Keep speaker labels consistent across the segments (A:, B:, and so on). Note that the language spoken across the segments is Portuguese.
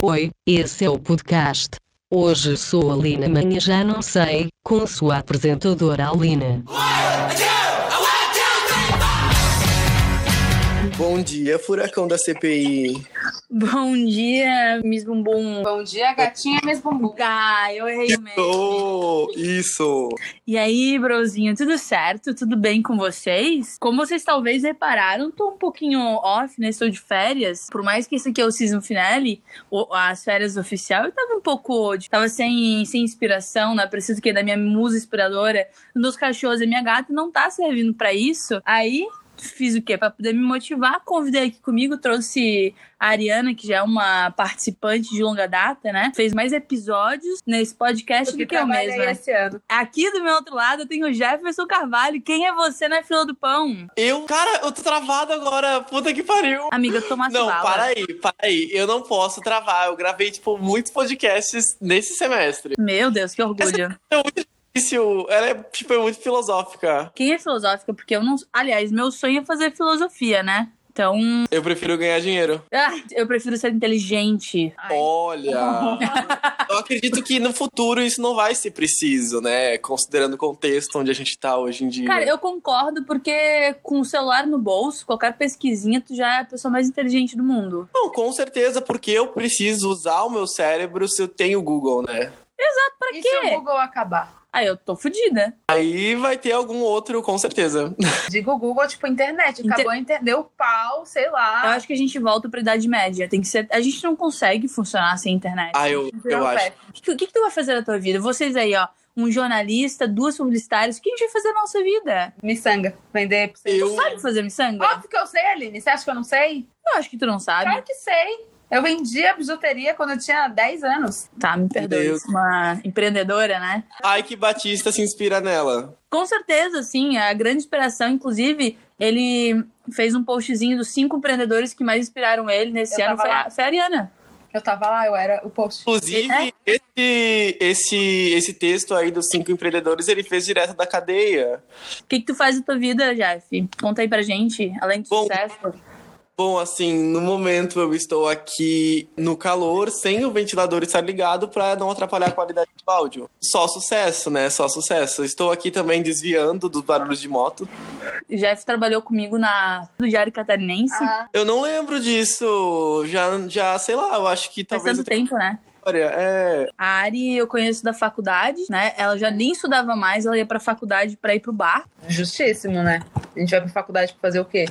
A: Oi, esse é o podcast. Hoje sou a Lina, amanhã já não sei, com sua apresentadora Alina.
B: Bom dia, furacão da CPI.
C: Bom dia, Miss Bumbum.
D: Bom dia, gatinha Miss Bumbum.
C: Ah, eu errei o mesmo.
B: Oh, isso.
C: E aí, brozinho, tudo certo? Tudo bem com vocês? Como vocês talvez repararam, tô um pouquinho off, né? Estou de férias. Por mais que isso aqui é o season finale, o- as férias oficial, eu tava um pouco... de- Tava sem, sem inspiração, né? Preciso que da minha musa inspiradora, dos meus cachorros e minha gata não tá servindo pra isso. Aí... Fiz o quê? Pra poder me motivar, convidei aqui comigo, trouxe a Ariana, que já é uma participante de longa data, né? Fez mais episódios nesse podcast do que eu
D: trabalhei
C: mesma. né?
D: esse ano.
C: Aqui do meu outro lado eu tenho o Jefferson Carvalho. Quem é você na fila do pão?
B: Eu, cara, eu tô travado agora. Puta que pariu.
C: Amiga, eu tô
B: Não,
C: bala.
B: para aí, para aí. Eu não posso travar. Eu gravei, tipo, muitos podcasts nesse semestre.
C: Meu Deus, que orgulho.
B: Isso, ela é, tipo, é muito filosófica.
C: Quem é filosófica? Porque eu não. Aliás, meu sonho é fazer filosofia, né? Então.
B: Eu prefiro ganhar dinheiro.
C: ah, eu prefiro ser inteligente.
B: Olha. Eu acredito que no futuro isso não vai ser preciso, né? Considerando o contexto onde a gente tá hoje em dia.
C: Cara, eu concordo, porque com o celular no bolso, qualquer pesquisinha, tu já é a pessoa mais inteligente do mundo.
B: Não, com certeza, porque eu preciso usar o meu cérebro se eu tenho o Google, né?
C: Pra
D: E se o
C: quê?
D: Google acabar?
C: Aí eu tô fodida.
B: Aí vai ter algum outro, com certeza.
D: Digo Google, tipo, internet. Acabou a internet, deu pau, sei
C: Eu
B: Ah.
D: lá.
C: acho que a gente volta pra Idade Média. Tem que ser. A gente não consegue funcionar sem internet.
B: Ah, eu, eu
D: Virou
B: acho.
D: pé.
C: O que, o que que tu vai fazer da tua vida? Vocês aí, ó, um jornalista, duas publicitárias, o que a gente vai fazer na nossa vida?
D: Miçanga. Vender pra você.
B: Eu,
C: Tu sabe fazer miçanga?
E: Ah.
D: Óbvio que eu sei, Aline. Você acha que eu não sei?
C: Eu acho que tu não sabe.
D: Claro que sei. Eu vendi a bijuteria quando eu tinha 10 anos.
C: Tá, me perdoe.
B: Deus.
C: Uma empreendedora, né?
B: ai que Batista se inspira nela.
C: Com certeza, sim. A grande inspiração, inclusive, ele fez um postzinho dos cinco empreendedores que mais inspiraram ele nesse
D: Eu
C: ano.
D: tava
C: Foi a,
D: lá.
C: foi a Ariana.
D: Eu tava lá, eu era o post. É?
C: É?
B: Inclusive, esse, esse, esse texto aí dos cinco empreendedores, ele fez direto da cadeia.
C: O que, que tu faz da tua vida, Jeff? Conta aí pra gente, além do
B: Bom,
C: sucesso.
B: Bom, assim, no momento eu estou aqui no calor, sem o ventilador estar ligado para não atrapalhar a qualidade do áudio. Só sucesso, né? Só sucesso. Estou aqui também desviando dos barulhos de moto.
C: Jeff trabalhou comigo na do Diário Catarinense.
D: Ah,
B: Eu não lembro disso. Já, já sei lá, eu acho que
C: faz
B: talvez
C: tanto
B: eu tenha
C: tempo, né?
B: história. É,
C: A Ari eu conheço da faculdade, né? Ela já nem estudava mais, ela ia pra faculdade pra ir pro bar.
D: justíssimo, né? A gente vai pra faculdade pra fazer o quê?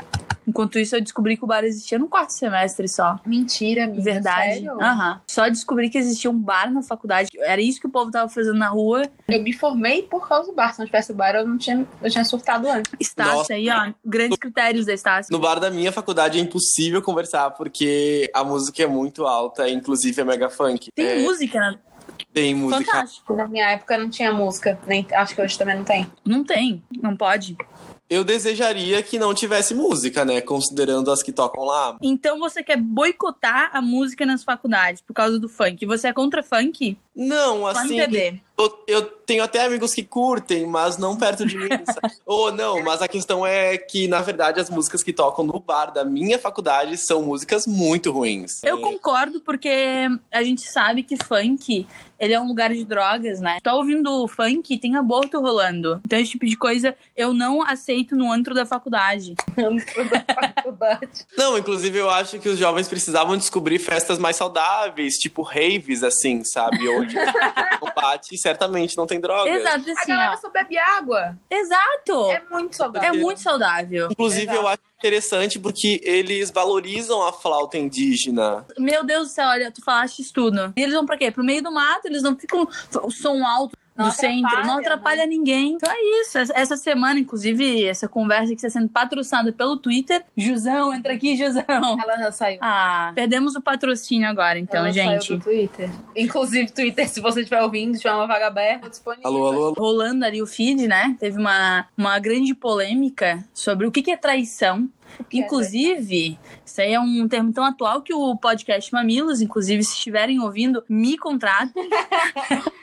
C: Enquanto isso, eu descobri que o bar existia no quarto semestre só.
D: Mentira, amiga.
C: Verdade. Ah.
D: sério?
C: Aham. Só descobri que existia um bar na faculdade. Era isso que o povo tava fazendo na rua.
D: Eu me formei por causa do bar. Se não tivesse o bar, eu não tinha, eu tinha surtado antes.
C: Estácio
B: Nossa.
C: aí, ó. Grandes critérios da Estácio.
B: No bar da minha faculdade é impossível conversar porque a música é muito alta, inclusive é mega funk.
C: Tem
B: É,
C: música, né?
B: tem música.
C: Fantástico.
D: Na minha época não tinha música, nem acho que hoje também não tem.
C: Não tem. Não pode.
B: Eu desejaria que não tivesse música, né? Considerando as que tocam lá.
C: Então você quer boicotar a música nas faculdades por causa do funk. Você é contra funk?
B: Não,
C: Só
B: assim.
C: MPB.
B: Eu, eu tenho até amigos que curtem, mas não perto de mim. sabe? Ou não, mas a questão é que, na verdade, as músicas que tocam no bar da minha faculdade são músicas muito ruins.
C: Eu
B: É,
C: concordo, porque a gente sabe que funk, ele é um lugar de drogas, né? Tô ouvindo funk, tem aborto rolando. Então, esse tipo de coisa eu não aceito no antro da faculdade.
D: faculdade.
B: Não, inclusive eu acho que os jovens precisavam descobrir festas mais saudáveis, tipo raves, assim, sabe? Onde combate certamente não tem drogas.
C: Exato,
D: A
C: assim,
D: galera
C: ó.
D: só bebe água.
C: Exato!
D: É muito
C: É
D: saudável.
C: muito saudável.
B: Inclusive,
D: Exato.
B: eu acho interessante porque eles valorizam a flauta indígena.
C: Meu Deus do céu, olha, tu falaste isso tudo. E eles vão pra quê? Pro meio do mato, eles não ficam o som alto
D: Não
C: do centro, não
D: atrapalha, né?
C: atrapalha ninguém. Então é isso. Essa- Essa semana, inclusive, essa conversa que está sendo patrocinada pelo Twitter. Jusão, entra aqui, Jusão.
D: Ela já saiu.
C: Ah, perdemos o patrocínio agora, É então,
D: Ela Saiu
C: gente.
D: do Twitter. Inclusive, Twitter, se você estiver ouvindo, se tiver uma vaga aberta, disponível.
B: Alô, alô, alô.
C: Rolando ali o feed, né? Teve uma, uma grande polêmica sobre o que, que é traição.
D: é
C: inclusive, isso aí é um termo tão atual que o podcast Mamilos, inclusive, se estiverem ouvindo, me contratem.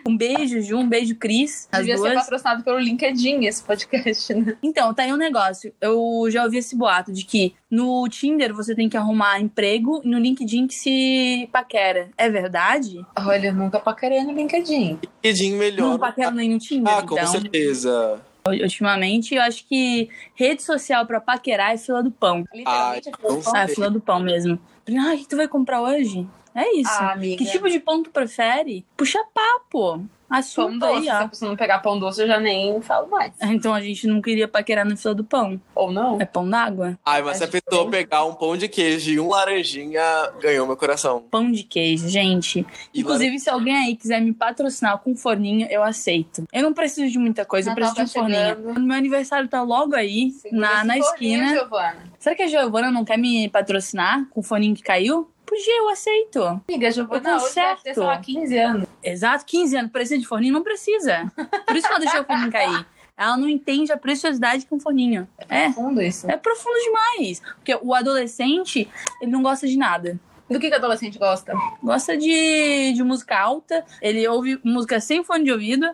C: Um beijo, Ju, um beijo, Cris. As
D: Devia ser
C: duas.
D: patrocinado pelo LinkedIn esse podcast, né?
C: Então, tá aí um negócio. Eu já ouvi esse boato de que no Tinder você tem que arrumar emprego e no LinkedIn que se paquera. É verdade?
D: Olha, eu nunca paquerei no LinkedIn.
B: LinkedIn melhor.
C: Não paquera nem no Tinder.
B: Ah, com
C: então,
B: certeza.
C: ultimamente, eu acho que rede social pra paquerar é fila do pão.
D: Literalmente,
B: Ai,
D: eu
B: não
D: falo,
B: sei.
C: Ah, é fila do pão mesmo. Ai, o que tu vai comprar hoje? É isso.
D: Ah, amiga.
C: que tipo de pão tu prefere? Puxa papo.
D: Pão
C: Assunto
D: doce.
C: aí,
D: Se a
C: ó.
D: pessoa não pegar pão doce, eu já nem falo mais.
C: Então a gente não queria paquerar na fila do pão.
D: Ou não?
C: É pão d'água?
B: Ai, mas se a
D: Acho que
B: pessoa
D: sim.
B: pegar um pão de queijo e um laranjinha, ganhou meu coração.
C: Pão de queijo, gente.
B: E
C: Inclusive, se alguém aí quiser me patrocinar com um forninho, eu aceito. Eu não preciso de muita coisa, eu
D: Natal
C: preciso de um
D: tá
C: forninho.
D: chegando.
C: Meu aniversário tá logo aí,
D: Segura
C: na,
D: esse
C: na
D: forninho,
C: esquina.
D: Giovana.
C: Será que a Giovana não quer me patrocinar com o forninho que caiu? Podia, eu aceito.
D: Amiga, a Giovana hoje deve ter,
C: conserto.
D: sei lá, 15 anos.
C: Exato, 15 anos, precisa de forninho? Não precisa. Por isso que ela deixou o forninho cair. Ela não entende a preciosidade que é um forninho. É,
D: Fundo isso.
C: é profundo demais. Porque o adolescente, ele não gosta de nada.
D: Do que que adolescente gosta?
C: gosta de, de música alta, ele ouve música sem fone de ouvido,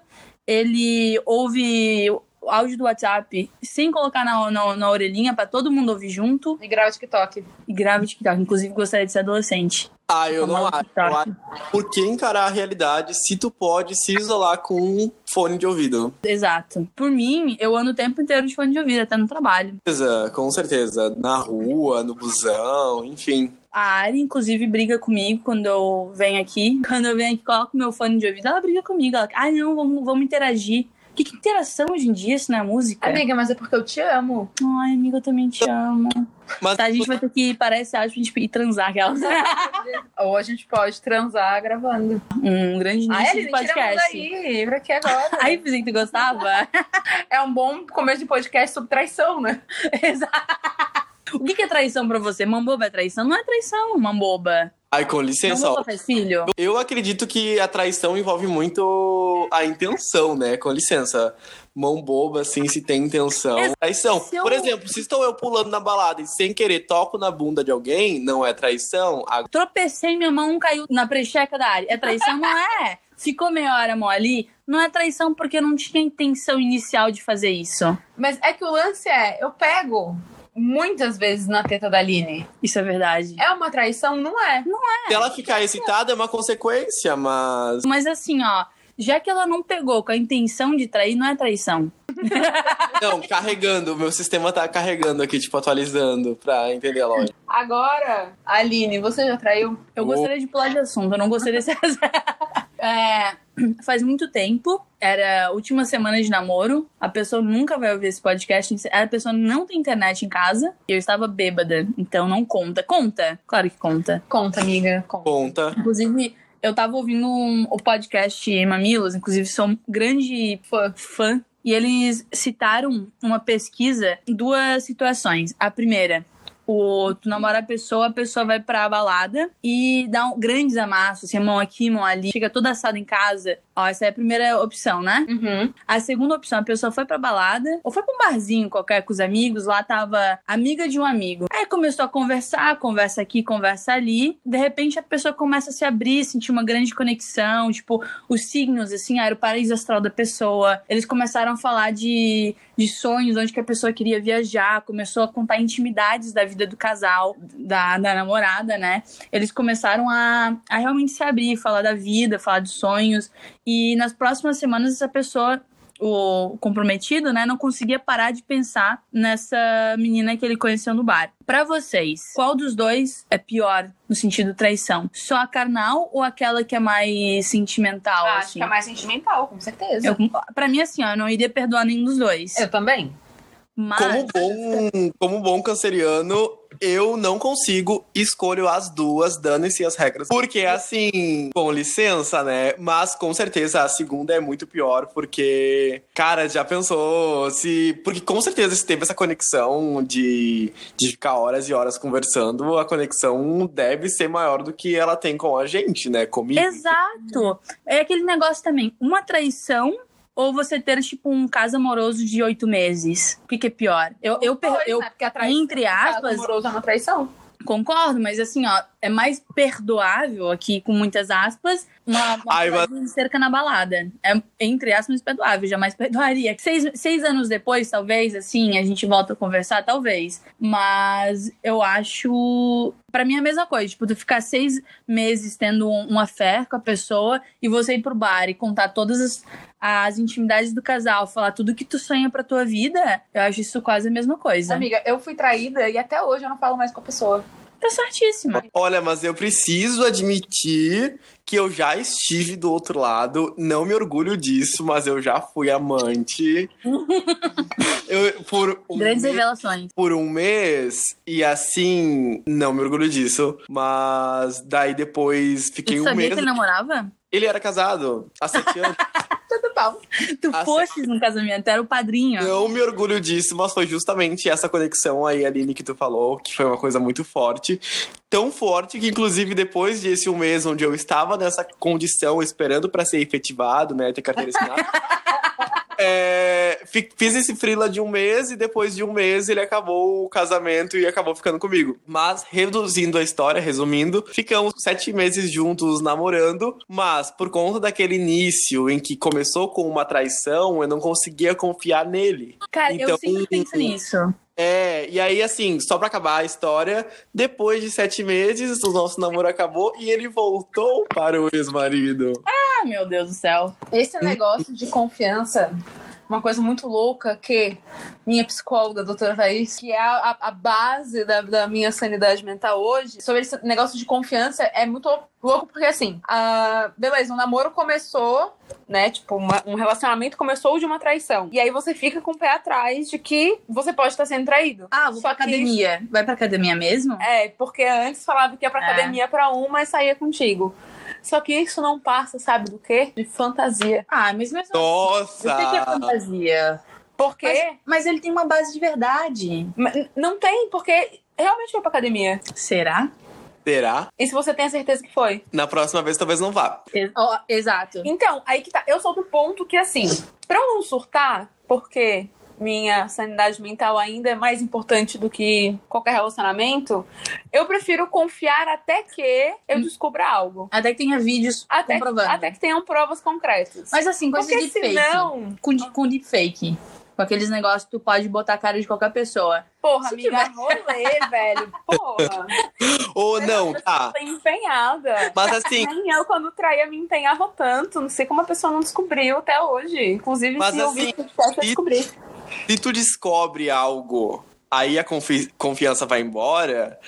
C: ele ouve o áudio do WhatsApp sem colocar na, na, na orelhinha pra todo mundo ouvir junto
D: E grava o TikTok.
C: e grava o TikTok. Inclusive, gostaria de ser adolescente.
B: Ah, eu
C: Fica
B: não
C: mal
B: acho.
C: tá.
B: Eu acho. Por que encarar a realidade se tu pode se isolar com um fone de ouvido?
C: Exato. Por mim, eu ando o tempo inteiro de fone de ouvido, até no trabalho.
B: Certeza, com certeza. Na rua, no busão, enfim.
C: A Ari, inclusive, briga comigo quando eu venho aqui. Quando eu venho aqui, coloco meu fone de ouvido, ela briga comigo. Ela, ah, não, vamos, vamos interagir. Que, que interação hoje em dia, se não é música?
D: Amiga, mas é porque eu te amo.
C: Ai, amiga, eu também te amo.
B: Mas
C: Tá, a gente vai ter que parar esse áudio pra gente ir transar, aquela.
D: Ou a gente pode transar gravando.
C: Um grande
D: Ai,
C: nicho
D: Aline, tira
C: de
D: a mão
C: podcast.
D: é, daí. Livra aqui agora.
C: Aí, pensei que tu gostava?
D: É um bom começo de podcast sobre traição, né?
C: Exato. O que que é traição pra você? Mamboba é traição? Não é traição, mamboba.
B: Ai, com licença,
C: Mamboba
B: ó.
C: faz filho?
B: Eu acredito que a traição envolve muito a intenção, né? Com licença. Mão boba, assim, se tem intenção. Traição.
C: se eu-
B: Por exemplo, se estou eu pulando na balada e sem querer toco na bunda de alguém, não é traição? A-
C: Tropecei, minha mão um caiu na precheca da área. É traição? Não é. Ficou meia hora mole? Não é traição porque eu não tinha intenção inicial de fazer isso.
D: Mas é que o lance é, eu pego muitas vezes na teta da Aline.
C: Isso é verdade.
D: É uma traição? Não é.
B: Se ela ficar excitada, é uma consequência, mas.
C: Mas assim, ó. Já que ela não pegou com a intenção de trair, não é traição.
B: Não, carregando. O meu sistema tá carregando aqui, tipo, atualizando pra entender a lógica.
D: Agora, Aline, você já traiu?
C: Eu
B: Oh.
C: gostaria de pular de assunto, eu não gostaria de ser É, faz muito tempo, era a última semana de namoro, a pessoa nunca vai ouvir esse podcast, a pessoa não tem internet em casa, e eu estava bêbada, então não conta. Conta? Claro que conta.
D: Conta, amiga, conta.
B: Conta.
C: Inclusive, eu tava ouvindo um- o podcast Mamilos, inclusive sou um grande fã, fã, e eles citaram uma pesquisa, duas situações. A primeira, o, tu namora a pessoa, a pessoa vai pra balada e dá um, grandes amassos, assim, mão aqui, mão ali, chega toda assada em casa. Ó, essa é a primeira opção, né?
D: Uhum.
C: A segunda opção, a pessoa foi pra balada ou foi pra um barzinho qualquer com os amigos, lá tava amiga de um amigo. Aí começou a conversar, conversa aqui, conversa ali. De repente a pessoa começa a se abrir, sentir uma grande conexão, tipo, os signos, assim, ah, era o paraíso astral da pessoa. Eles começaram a falar de, de sonhos, onde que a pessoa queria viajar, começou a contar intimidades da vida do casal, da, da namorada, né? Eles começaram a, a realmente se abrir, falar da vida, falar dos sonhos. E nas próximas semanas essa pessoa o comprometido, né, não conseguia parar de pensar nessa menina que ele conheceu no bar. Pra vocês, qual dos dois é pior no sentido traição? Só a carnal ou aquela que é mais sentimental?
D: Ah, acho
C: assim?
D: que é mais sentimental, com certeza.
C: Eu, pra mim, assim, ó, eu não iria perdoar nenhum dos dois.
D: Eu também.
C: Mas
B: Como bom, como bom canceriano, eu não consigo. Escolho as duas, dane-se as regras. Porque assim, com licença, né? Mas com certeza a segunda é muito pior, porque, cara, já pensou se. Porque com certeza se teve essa conexão de, de ficar horas e horas conversando, a conexão deve ser maior do que ela tem com a gente, né? Comigo.
C: Exato. É aquele negócio também. Uma traição ou você ter, tipo, um caso amoroso de oito meses? O que, que é pior? Eu, eu, per-
D: Pois,
C: eu
D: né? Porque a traição,
C: entre aspas-
D: amoroso é uma traição.
C: concordo, mas assim, ó, é mais perdoável aqui, com muitas aspas, uma, uma
B: Ai, mas-
C: frase de cerca na balada. É, entre aspas, perdoável, jamais perdoaria. Seis, seis anos depois, talvez, assim, a gente volta a conversar, talvez. Mas eu acho. Pra mim é a mesma coisa. Tipo, tu ficar seis meses tendo um, uma fé com a pessoa e você ir pro bar e contar todas as, as intimidades do casal, falar tudo que tu sonha pra tua vida, eu acho isso quase a mesma coisa.
E: Amiga, eu fui traída e até hoje eu não falo mais com a pessoa.
C: Tá certíssima.
B: Olha, mas eu preciso admitir que eu já estive do outro lado. Não me orgulho disso, mas eu já fui amante. Eu- por, um
C: Grandes
B: mês,
C: revelações.
B: por um mês. E assim, não me orgulho disso. Mas daí depois
C: Tu
B: fiquei um
C: sabia
B: mês.
C: que ele namorava?
B: Ele era casado há sete anos.
E: Tudo bom.
C: Tu
B: Ah,
C: fostes no casamento, era o padrinho.
B: Não me orgulho disso, mas foi justamente essa conexão aí, Aline, que tu falou, que foi uma coisa muito forte. Tão forte que, inclusive, depois desse um mês onde eu estava nessa condição, esperando pra ser efetivado, né, ter carteira assinada, é, fi- fiz esse frila de um mês e depois de um mês ele acabou o casamento e acabou ficando comigo. Mas, reduzindo a história, resumindo, ficamos sete meses juntos namorando, mas por conta daquele início em que começou com uma traição, eu não conseguia confiar nele.
C: Cara, eu
B: Então-
C: sempre penso nisso.
B: É, e aí, assim, só pra acabar a história, depois de sete meses, o nosso namoro acabou e ele voltou para o ex-marido.
C: Ah, meu Deus do céu.
E: Esse negócio de confiança, uma coisa muito louca que minha psicóloga, doutora Thaís, que é a, a base da, da minha sanidade mental hoje, sobre esse negócio de confiança é muito louco, porque assim, a, beleza, um namoro começou, né? Tipo, uma- um relacionamento começou de uma traição. E aí você fica com o pé atrás de que você pode estar sendo traído.
C: Ah, vou pra
E: Só que-
C: academia. Vai pra academia mesmo?
E: É, porque antes falava que ia pra
C: É.
E: academia pra uma e saía contigo. Só que isso não passa, sabe do quê? De fantasia.
C: Ah, mas mesmo assim, eu sei que é
B: Nossa!
C: fantasia.
E: Porque
C: Mas ele tem uma base de verdade.
E: Mas n- Não tem, porque realmente foi pra academia.
C: Será?
B: Será?
E: E se você tem a certeza que foi?
B: Na próxima vez talvez não vá.
C: Ex- ó, exato.
E: Então, aí que tá. Eu sou do ponto que, assim, pra eu não surtar, porque minha sanidade mental ainda é mais importante do que qualquer relacionamento, eu prefiro confiar até que
C: Hum.
E: eu descubra algo.
C: Até que tenha vídeos
E: Até,
C: comprovando.
E: até que tenham provas concretas.
C: Mas assim, coisa
E: porque
C: de fake.
E: senão,
C: Com, de- com deepfake. Com aqueles negócios que tu pode botar a cara de qualquer pessoa.
E: porra,
C: Se
E: amiga, rolê, velho. Porra,
B: Ou não, tá.
E: tô empenhada.
B: Mas assim,
E: Nem eu, quando traía, me empenhava tanto. Não sei como a pessoa não descobriu até hoje. Inclusive,
B: Mas
E: se
B: assim,
E: ouvir o podcast, eu
B: e-
E: descobri.
B: se tu descobre algo, aí a confi- confiança vai embora.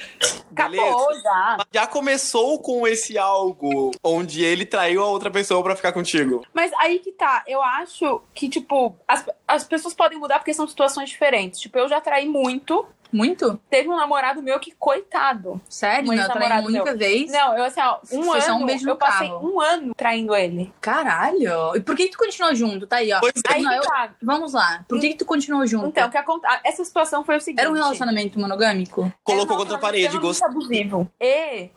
B: Beleza?
E: Acabou já.
B: Mas Já começou com esse algo onde ele traiu a outra pessoa pra ficar contigo.
E: Mas aí que tá. Eu acho que, tipo, as, as pessoas podem mudar porque são situações diferentes. Tipo, eu já traí muito.
C: Muito?
E: Teve um namorado meu que, coitado.
C: Sério?
E: Um
C: Não, eu traí
E: ex-namorado
C: uma única vez.
E: Não, eu assim, ó, um
C: Foi
E: ano.
C: só um beijo no
E: eu passei
C: carro.
E: um ano traindo ele.
C: Caralho! E por que, que tu continuou junto? Tá aí, ó.
B: Pois
E: Aí
C: Não,
E: que
C: eu-
E: tá.
C: Vamos lá. Por que, que tu continuou junto?
E: Então, o que acontece? Essa situação foi o seguinte.
C: Era um relacionamento monogâmico?
B: Colocou
E: Era um
B: contra a
E: relacionamento
B: parede, gostou.
E: abusivo. E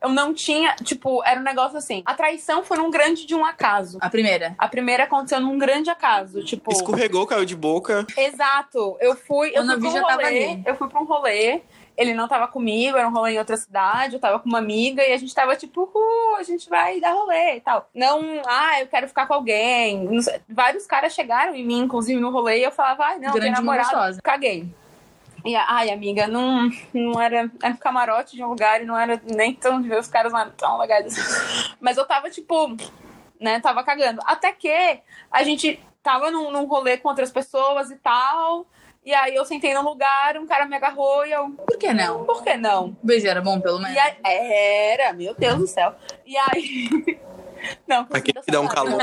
E: eu não tinha, tipo, era um negócio assim. A traição foi num grande de um acaso.
C: A primeira.
E: A primeira aconteceu num grande acaso, tipo.
B: Escorregou, caiu de boca.
E: Exato. Eu fui, eu
C: O
E: fui
C: navio
E: pra um
C: já tava
E: rolê.
C: ali.
E: Eu fui pra um rolê. Ele não tava comigo, era um rolê em outra cidade, eu tava com uma amiga e a gente tava tipo, uhul, a gente vai dar rolê e tal. Não, ah, eu quero ficar com alguém. não sei. Vários caras chegaram em mim, inclusive, no rolê, e eu falava, ai, não, tem
C: grande uma
E: namorado.
C: gostosa.
E: Caguei. E, ai, amiga, não, não era. Era um camarote de um lugar e não era nem tão de ver os caras lá tão legais assim. Mas eu tava, tipo, né, tava cagando. Até que a gente tava num, num rolê com outras pessoas e tal. E aí eu sentei num lugar, um cara me agarrou e eu.
C: Por que não?
E: Por que não?
C: O beijo era bom, pelo menos.
E: E aí, era, meu Deus do céu. E aí. Não,
B: Aquele que dá um calor,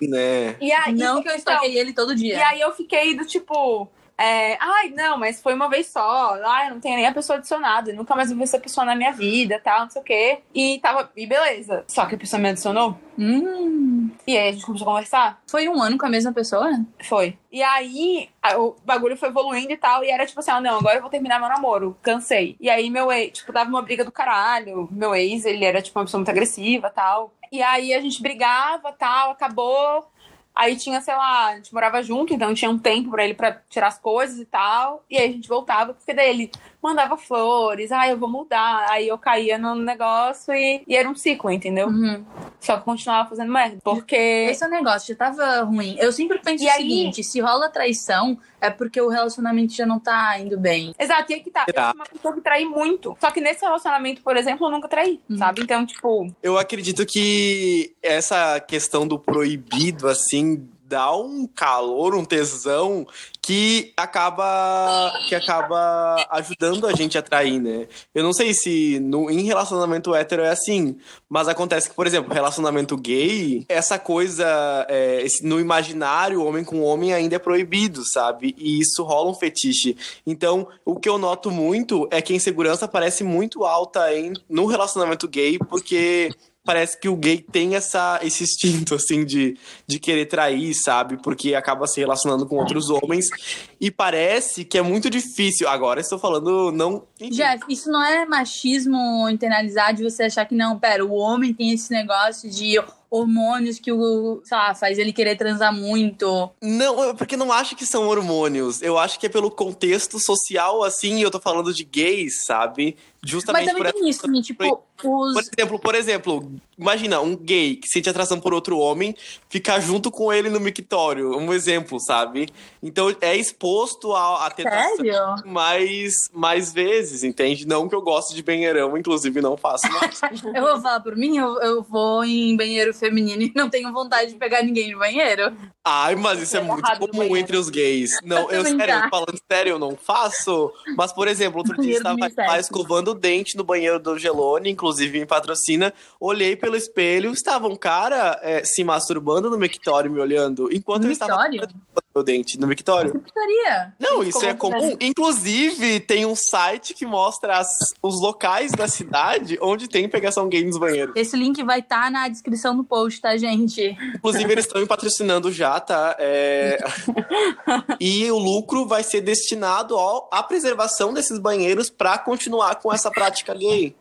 B: né?
E: E aí,
C: Não que eu
E: então,
C: estoquei ele todo dia.
E: e aí eu fiquei do tipo. é, ai, não, mas foi uma vez só. Ai, não tenho nem a pessoa adicionada. eu Nunca mais vou ver essa pessoa na minha vida, tal, não sei o quê. E tava. E beleza. Só que a pessoa me adicionou.
C: Hum,
E: E aí a gente começou a conversar.
C: foi um ano com a mesma pessoa?
E: Foi. E aí a- o bagulho foi evoluindo e tal. E era tipo assim, ah, não, agora eu vou terminar meu namoro. Cansei. E aí meu ex, tipo, dava uma briga do caralho. Meu ex, ele era tipo uma pessoa muito agressiva tal. E aí a gente brigava tal, acabou. Aí tinha, sei lá, a gente morava junto, então tinha um tempo pra ele pra tirar as coisas e tal. E aí a gente voltava, porque daí ele mandava flores, ah, eu vou mudar. Aí eu caía no negócio e, e era um ciclo, entendeu?
C: Uhum.
E: Só que eu continuava fazendo merda. Porque.
C: Esse é o negócio, já tava ruim. Eu sempre penso
E: E
C: o
E: aí-
C: seguinte: se rola traição, é porque o relacionamento já não tá indo bem.
E: Exato, e aí que tá. Eu sou uma pessoa que traí muito. Só que nesse relacionamento, por exemplo, eu nunca traí,
C: Uhum.
E: sabe? Então, tipo,
B: Eu acredito que essa questão do proibido, assim, dá um calor, um tesão que acaba que acaba ajudando a gente a atrair, né? Eu não sei se no, em relacionamento hétero é assim, mas acontece que, por exemplo, relacionamento gay, essa coisa é, esse- no imaginário, homem com homem ainda é proibido, sabe? E isso rola um fetiche. Então, o que eu noto muito é que a insegurança parece muito alta em, no relacionamento gay, porque parece que o gay tem essa, esse instinto, assim, de, de querer trair, sabe? Porque acaba se relacionando com outros homens. E parece que é muito difícil. Agora estou falando, não. enfim,
C: Jeff, isso não é machismo internalizar de você achar que não, pera, o homem tem esse negócio de hormônios que o, sei lá, faz ele querer transar muito.
B: Não, eu- porque não acho que são hormônios. Eu acho que é pelo contexto social, assim, e eu tô falando de gays, sabe? Justamente
C: Mas
B: por
C: também
B: essa
C: tem isso, né? tipo,
B: Por
C: os.
B: exemplo, por exemplo, imagina um gay que sente atração por outro homem ficar junto com ele no mictório. Um exemplo, sabe? Então é exposto a, a tentação
C: Sério?
B: mais, mais vezes, entende? Não que eu gosto de Benheirão, inclusive não faço. Mas...
C: Eu vou falar por mim, eu, eu vou em banheiro feminino e não tenho vontade de pegar ninguém no banheiro.
B: Ai, mas isso é muito
E: Errado no
B: comum
E: banheiro.
B: entre os gays. Não, eu,
C: também
B: sério,
C: dá.
B: falando sério, eu não faço. Mas, por exemplo, outro dia eu
C: Banheiro do
B: estava lá
C: unissex.
B: escovando o dente no banheiro do Gelone, inclusive em patrocina. Olhei pelo espelho, estava um cara eh, se masturbando no mictório me olhando, enquanto eu estava
C: Mictório?
B: escovando meu dente no mictório.
C: Putaria.
B: Não,
C: Gente,
B: isso é
C: como
B: comum. Inclusive, tem um site que mostra as- os locais da cidade onde tem pegação gay nos banheiros.
C: Esse link vai estar na descrição do post, tá, gente?
B: Inclusive, eles estão me patrocinando já, tá? É, e o lucro vai ser destinado ao- à preservação desses banheiros pra continuar com essa prática gay.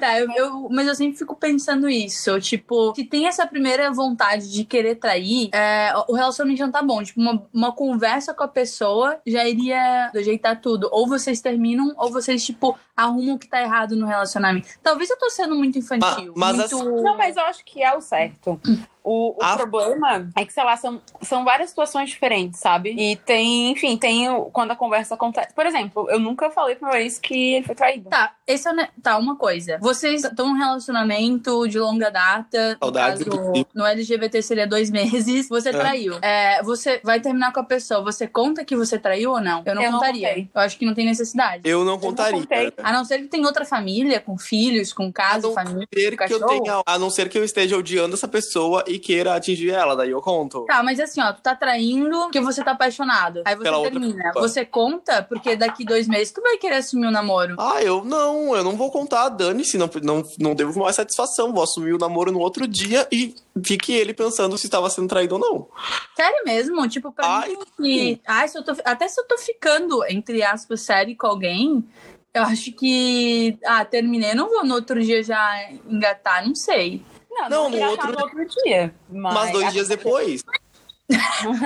C: Tá, eu, eu- mas eu sempre fico pensando isso. Tipo, se tem essa primeira vontade de querer trair, é, o relacionamento já não tá bom. Tipo, uma, uma conversa com a pessoa já iria ajeitar tudo. Ou vocês terminam, ou vocês, tipo, arrumam o que tá errado no relacionamento. Talvez eu tô sendo muito infantil.
B: Ma- mas
C: muito...
E: Não, mas eu acho que é o certo. O, o
B: Ah.
E: problema é que, sei lá, são, são várias situações diferentes, sabe? E tem, enfim, tem o- quando a conversa acontece. Por exemplo, eu nunca falei pro meu ex que ele foi traído.
C: Tá, esse é o ne- tá, uma coisa. Vocês estão num relacionamento de longa data. No,
B: Saudades,
C: caso,
B: inclusive.
C: no LGBT seria dois meses. Você traiu. É, você vai terminar com a pessoa. Você conta que você traiu ou não? Eu não
E: Eu não
C: contaria.
E: contei.
C: eu acho que não tem necessidade.
B: Eu não
E: Eu
B: contaria.
E: não contei.
C: A não ser que tem outra família, com filhos, com
B: A
C: casa,
B: não,
C: família.
B: ser que eu
C: cachorro?
B: tenha, a não ser que eu esteja odiando essa pessoa e queira atingir ela, daí eu conto.
C: Tá, mas assim, ó, tu tá traindo porque você tá apaixonado. Aí você
B: Pela outra
C: termina.
B: pessoa.
C: Você conta porque daqui dois meses tu vai querer assumir o namoro.
B: Ah, eu não, eu não vou contar, dane-se, não, não, não devo mais satisfação. Vou assumir o namoro no outro dia e fique ele pensando se estava sendo traído ou não.
C: Sério mesmo? Tipo, pra
B: Ai,
C: mim que. Ai, se eu tô, até se eu tô ficando, entre aspas, sério com alguém, eu acho que. Ah, terminei, não vou no outro dia já engatar, não sei.
E: Não,
B: Não,
E: não,
B: no
E: ia
B: outro-
E: falar no outro dia. Mas,
B: Mas dois dias depois.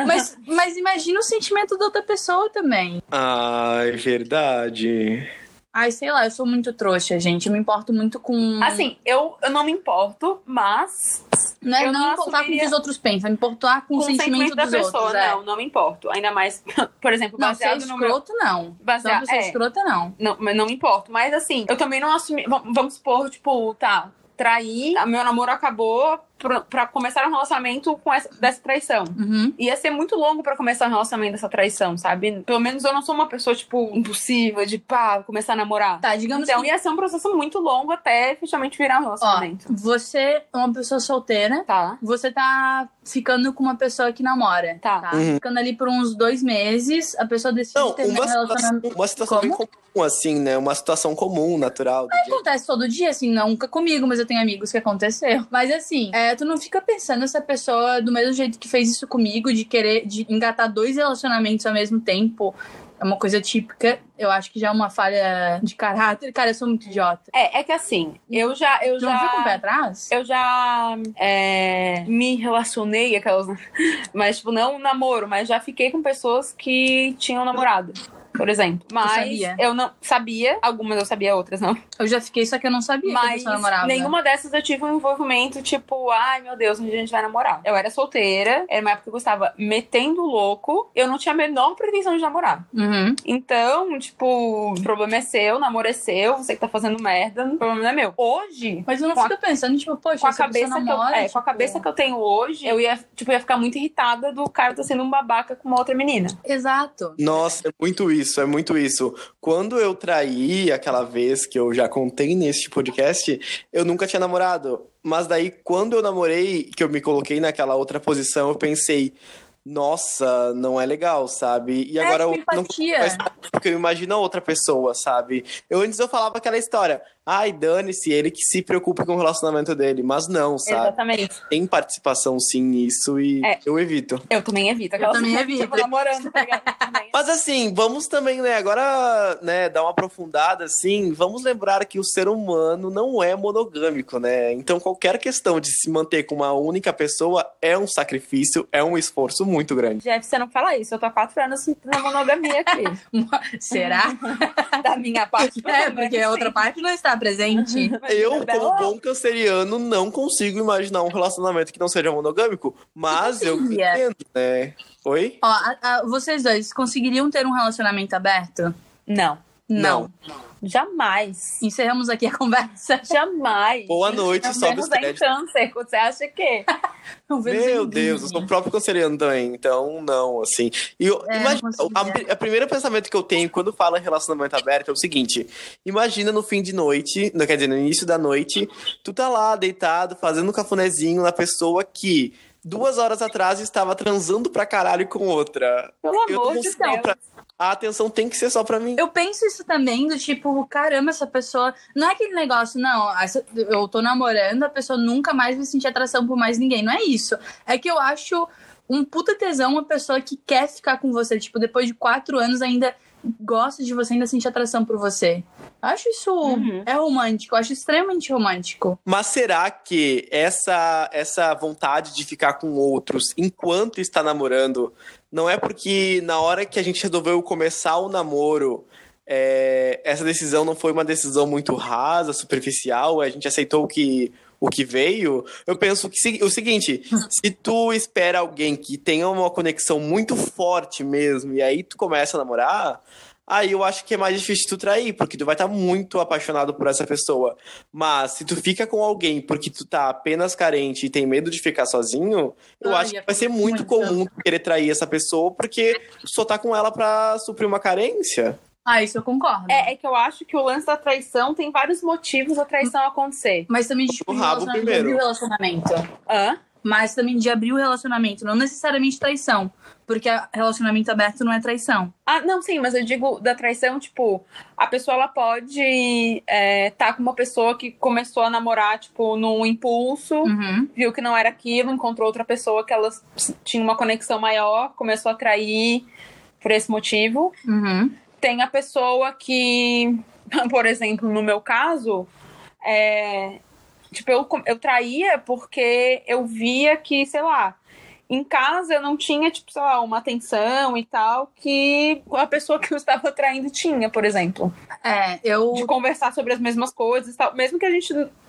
C: Mas, mas imagina o sentimento da outra pessoa também.
B: Ai, verdade.
C: Ai, sei lá, eu sou muito trouxa, gente. Eu me importo muito com.
E: Assim, eu, eu não me importo, mas
C: não é
E: eu
C: não
E: não
C: importar com o que
E: assumiria-
C: os outros pensam, é me importar com,
E: com
C: o sentimento,
E: da
C: dos
E: pessoa,
C: outros. é.
E: não, não me importo. Ainda mais, por exemplo,
C: Não, ser
E: baseado no meu.
C: escroto, não. Não,
E: Baseado,
C: ser
E: é.
C: escrota, não.
E: Não, mas não me importo. Mas assim, eu também não assumi. vam- Vamos supor, tipo, tá, traí, a- meu namoro acabou pra, pra começar um relacionamento com essa, dessa traição.
C: Uhum.
E: Ia ser muito longo pra começar um relacionamento dessa traição, sabe? Pelo menos eu não sou uma pessoa, tipo, impossível de pá, começar a namorar.
C: Tá, digamos
E: Então
C: que.
E: ia ser um processo muito longo até efetivamente virar um
C: Ó,
E: relacionamento.
C: você é uma pessoa solteira.
E: Tá.
C: Você tá ficando com uma pessoa que namora.
E: Tá.
B: Uhum.
C: Ficando ali por uns dois meses, a pessoa decide
B: Não,
C: terminar
B: uma
C: o
B: situação,
C: relacionamento.
B: uma situação bem
C: Como?
B: comum, assim, né? Uma situação comum, natural. do dia.
C: Acontece todo dia, assim, não, nunca comigo, mas eu tenho amigos que aconteceu. Mas assim, é, tu não fica pensando essa pessoa do mesmo jeito que fez isso comigo, de querer de engatar dois relacionamentos ao mesmo tempo. É uma coisa típica. Eu acho que já é uma falha de caráter. Cara, eu sou muito idiota.
E: É, é que assim, eu já. Eu
C: Não
E: já...
C: fica um pé atrás?
E: Eu já é, me relacionei, aquelas. Mas, tipo, não namoro, mas já fiquei com pessoas que tinham namorado. Por exemplo. Mas
C: sabia?
E: eu não sabia, algumas eu sabia, outras não.
C: Eu já fiquei, só que eu não sabia que a
E: Mas
C: pessoa namorava.
E: nenhuma dessas eu tive um envolvimento tipo, ai meu Deus, onde a gente vai namorar? Eu era solteira, era uma época que eu gostava metendo louco, eu não tinha a menor pretensão de namorar.
C: Uhum.
E: Então, tipo, o problema é seu, o namoro é seu, você que tá fazendo merda, o problema não é meu. Hoje,
C: Mas eu não
E: Com a-
C: fico pensando, tipo, poxa,
E: com a
C: essa pessoa
E: cabeça que eu,
C: namora,
E: é, com
C: tipo-
E: a cabeça que eu tenho hoje, eu ia, tipo, ia ficar muito irritada do cara tá sendo um babaca com uma outra menina.
C: Exato.
B: Nossa, é muito isso, é muito isso. Quando eu traí aquela vez que eu já contei neste podcast, eu nunca tinha namorado. Mas daí, quando eu namorei, que eu me coloquei naquela outra posição, eu pensei, nossa, não é legal, sabe? E agora eu
C: é,
B: não
C: tipo, empatia.
B: mas- porque eu imagino a outra pessoa, sabe? Eu antes eu falava aquela história, ai, dane-se, ele que se preocupe com o relacionamento dele. Mas não, sabe?
E: Exatamente.
B: Tem participação sim nisso e
E: É.
B: eu evito.
E: Eu também evito
C: Eu
E: aquela
C: também evito.
E: tipo, namorando, tá ligado? Eu também
B: Mas assim, vamos também, né, agora, né, dar uma aprofundada, assim, vamos lembrar que o ser humano não é monogâmico, né? Então qualquer questão de se manter com uma única pessoa é um sacrifício, é um esforço muito grande.
E: Jeff, você não fala isso. Eu tô há quatro anos assim, na monogamia aqui.
C: Será?
E: da minha parte.
C: É, porque a outra parte não está presente.
E: Uhum.
B: Eu, como
E: é Bela-
B: bom canceriano, não consigo imaginar um relacionamento que não seja monogâmico, mas eu
C: Seria.
B: entendo, né? Oi?
C: Ó, a- a- vocês dois conseguiriam ter um relacionamento aberto?
E: Não.
B: Não.
E: Jamais.
C: Encerramos aqui a conversa.
E: Jamais.
B: Boa noite, sobe os
E: Vênus é em
B: créditos.
E: câncer. Você acha que?
B: Meu Deus, eu sou o próprio canceriano também, então não, assim. E eu-
C: É,
B: imagina,
C: não
B: a,
C: conseguia.
B: a primeiro pensamento que eu tenho quando fala em relacionamento aberto é o seguinte: imagina no fim de noite, não quer dizer, no início da noite, tu tá lá deitado, fazendo um cafunézinho na pessoa que duas horas atrás estava transando pra caralho com outra. Eu
E: Pelo
B: não
E: amor de
B: consigo
E: Deus.
B: pra- A atenção tem que ser só pra mim.
C: Eu penso isso também, do tipo, caramba, essa pessoa. Não é aquele negócio, não, essa- eu tô namorando, a pessoa nunca mais vai sentir atração por mais ninguém. Não é isso. É que eu acho um puta tesão uma pessoa que quer ficar com você. Tipo, depois de quatro anos ainda gosta de você, ainda sente atração por você. Eu acho isso.
E: Uhum.
C: É romântico, eu acho extremamente romântico.
B: Mas será que essa, essa vontade de ficar com outros enquanto está namorando não é porque na hora que a gente resolveu começar o namoro, é, essa decisão não foi uma decisão muito rasa, superficial, a gente aceitou o que, o que veio? Eu penso que se- o seguinte: se tu espera alguém que tenha uma conexão muito forte mesmo e aí tu começa a namorar. Aí eu acho que é mais difícil tu trair, porque tu vai estar muito apaixonado por essa pessoa. Mas se tu fica com alguém porque tu tá apenas carente e tem medo de ficar sozinho, eu
C: Ai,
B: acho
C: é
B: que vai ser muito
C: muito.
B: comum tu querer trair essa pessoa porque tu só tá com ela pra suprir uma carência.
C: Ah, isso eu concordo.
E: É, é que eu acho que o lance da traição tem vários motivos a traição acontecer.
C: Mas também de tipo,
B: O rabo
C: relacionamento,
B: primeiro.
C: abrir o relacionamento.
E: Hã?
C: Mas também de abrir o relacionamento, não necessariamente traição. Porque relacionamento aberto não é traição.
E: Ah, não, sim, mas eu digo da traição, tipo, a pessoa ela pode estar com uma pessoa que começou a namorar, tipo, num impulso,
C: Uhum.
E: viu que não era aquilo, encontrou outra pessoa que elas tinham uma conexão maior, começou a trair por esse motivo.
C: Uhum.
E: Tem a pessoa que, por exemplo, no meu caso, é, tipo, eu, com- eu traía porque eu via que, sei lá, em casa eu não tinha, tipo, sei lá, uma atenção e tal que a pessoa que eu estava traindo tinha, por exemplo.
C: É, eu.
E: De conversar sobre as mesmas coisas e tal. Mesmo que a gente,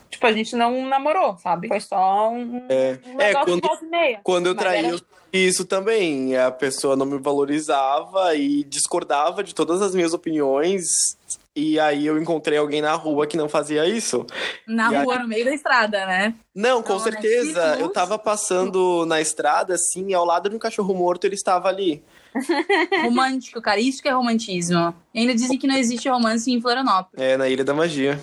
E: tipo, a gente não namorou, sabe? Foi só um, um
B: É,
E: negócio
B: quando-
E: de volta e meia.
B: Quando eu
E: Mas
B: traí,
E: era-
B: eu senti isso também. A pessoa não me valorizava e discordava de todas as minhas opiniões. E aí eu encontrei alguém na rua que não fazia isso.
C: Na
B: E aí-
C: rua, no meio da estrada, né?
B: Não, com
C: Não, né?
B: certeza.
C: Que
B: Eu tava passando na estrada, assim, e ao lado de um cachorro morto ele estava ali.
C: Romântico, cara. Isso que é romantismo. E ainda dizem que não existe romance em Florianópolis.
B: É, na Ilha da Magia.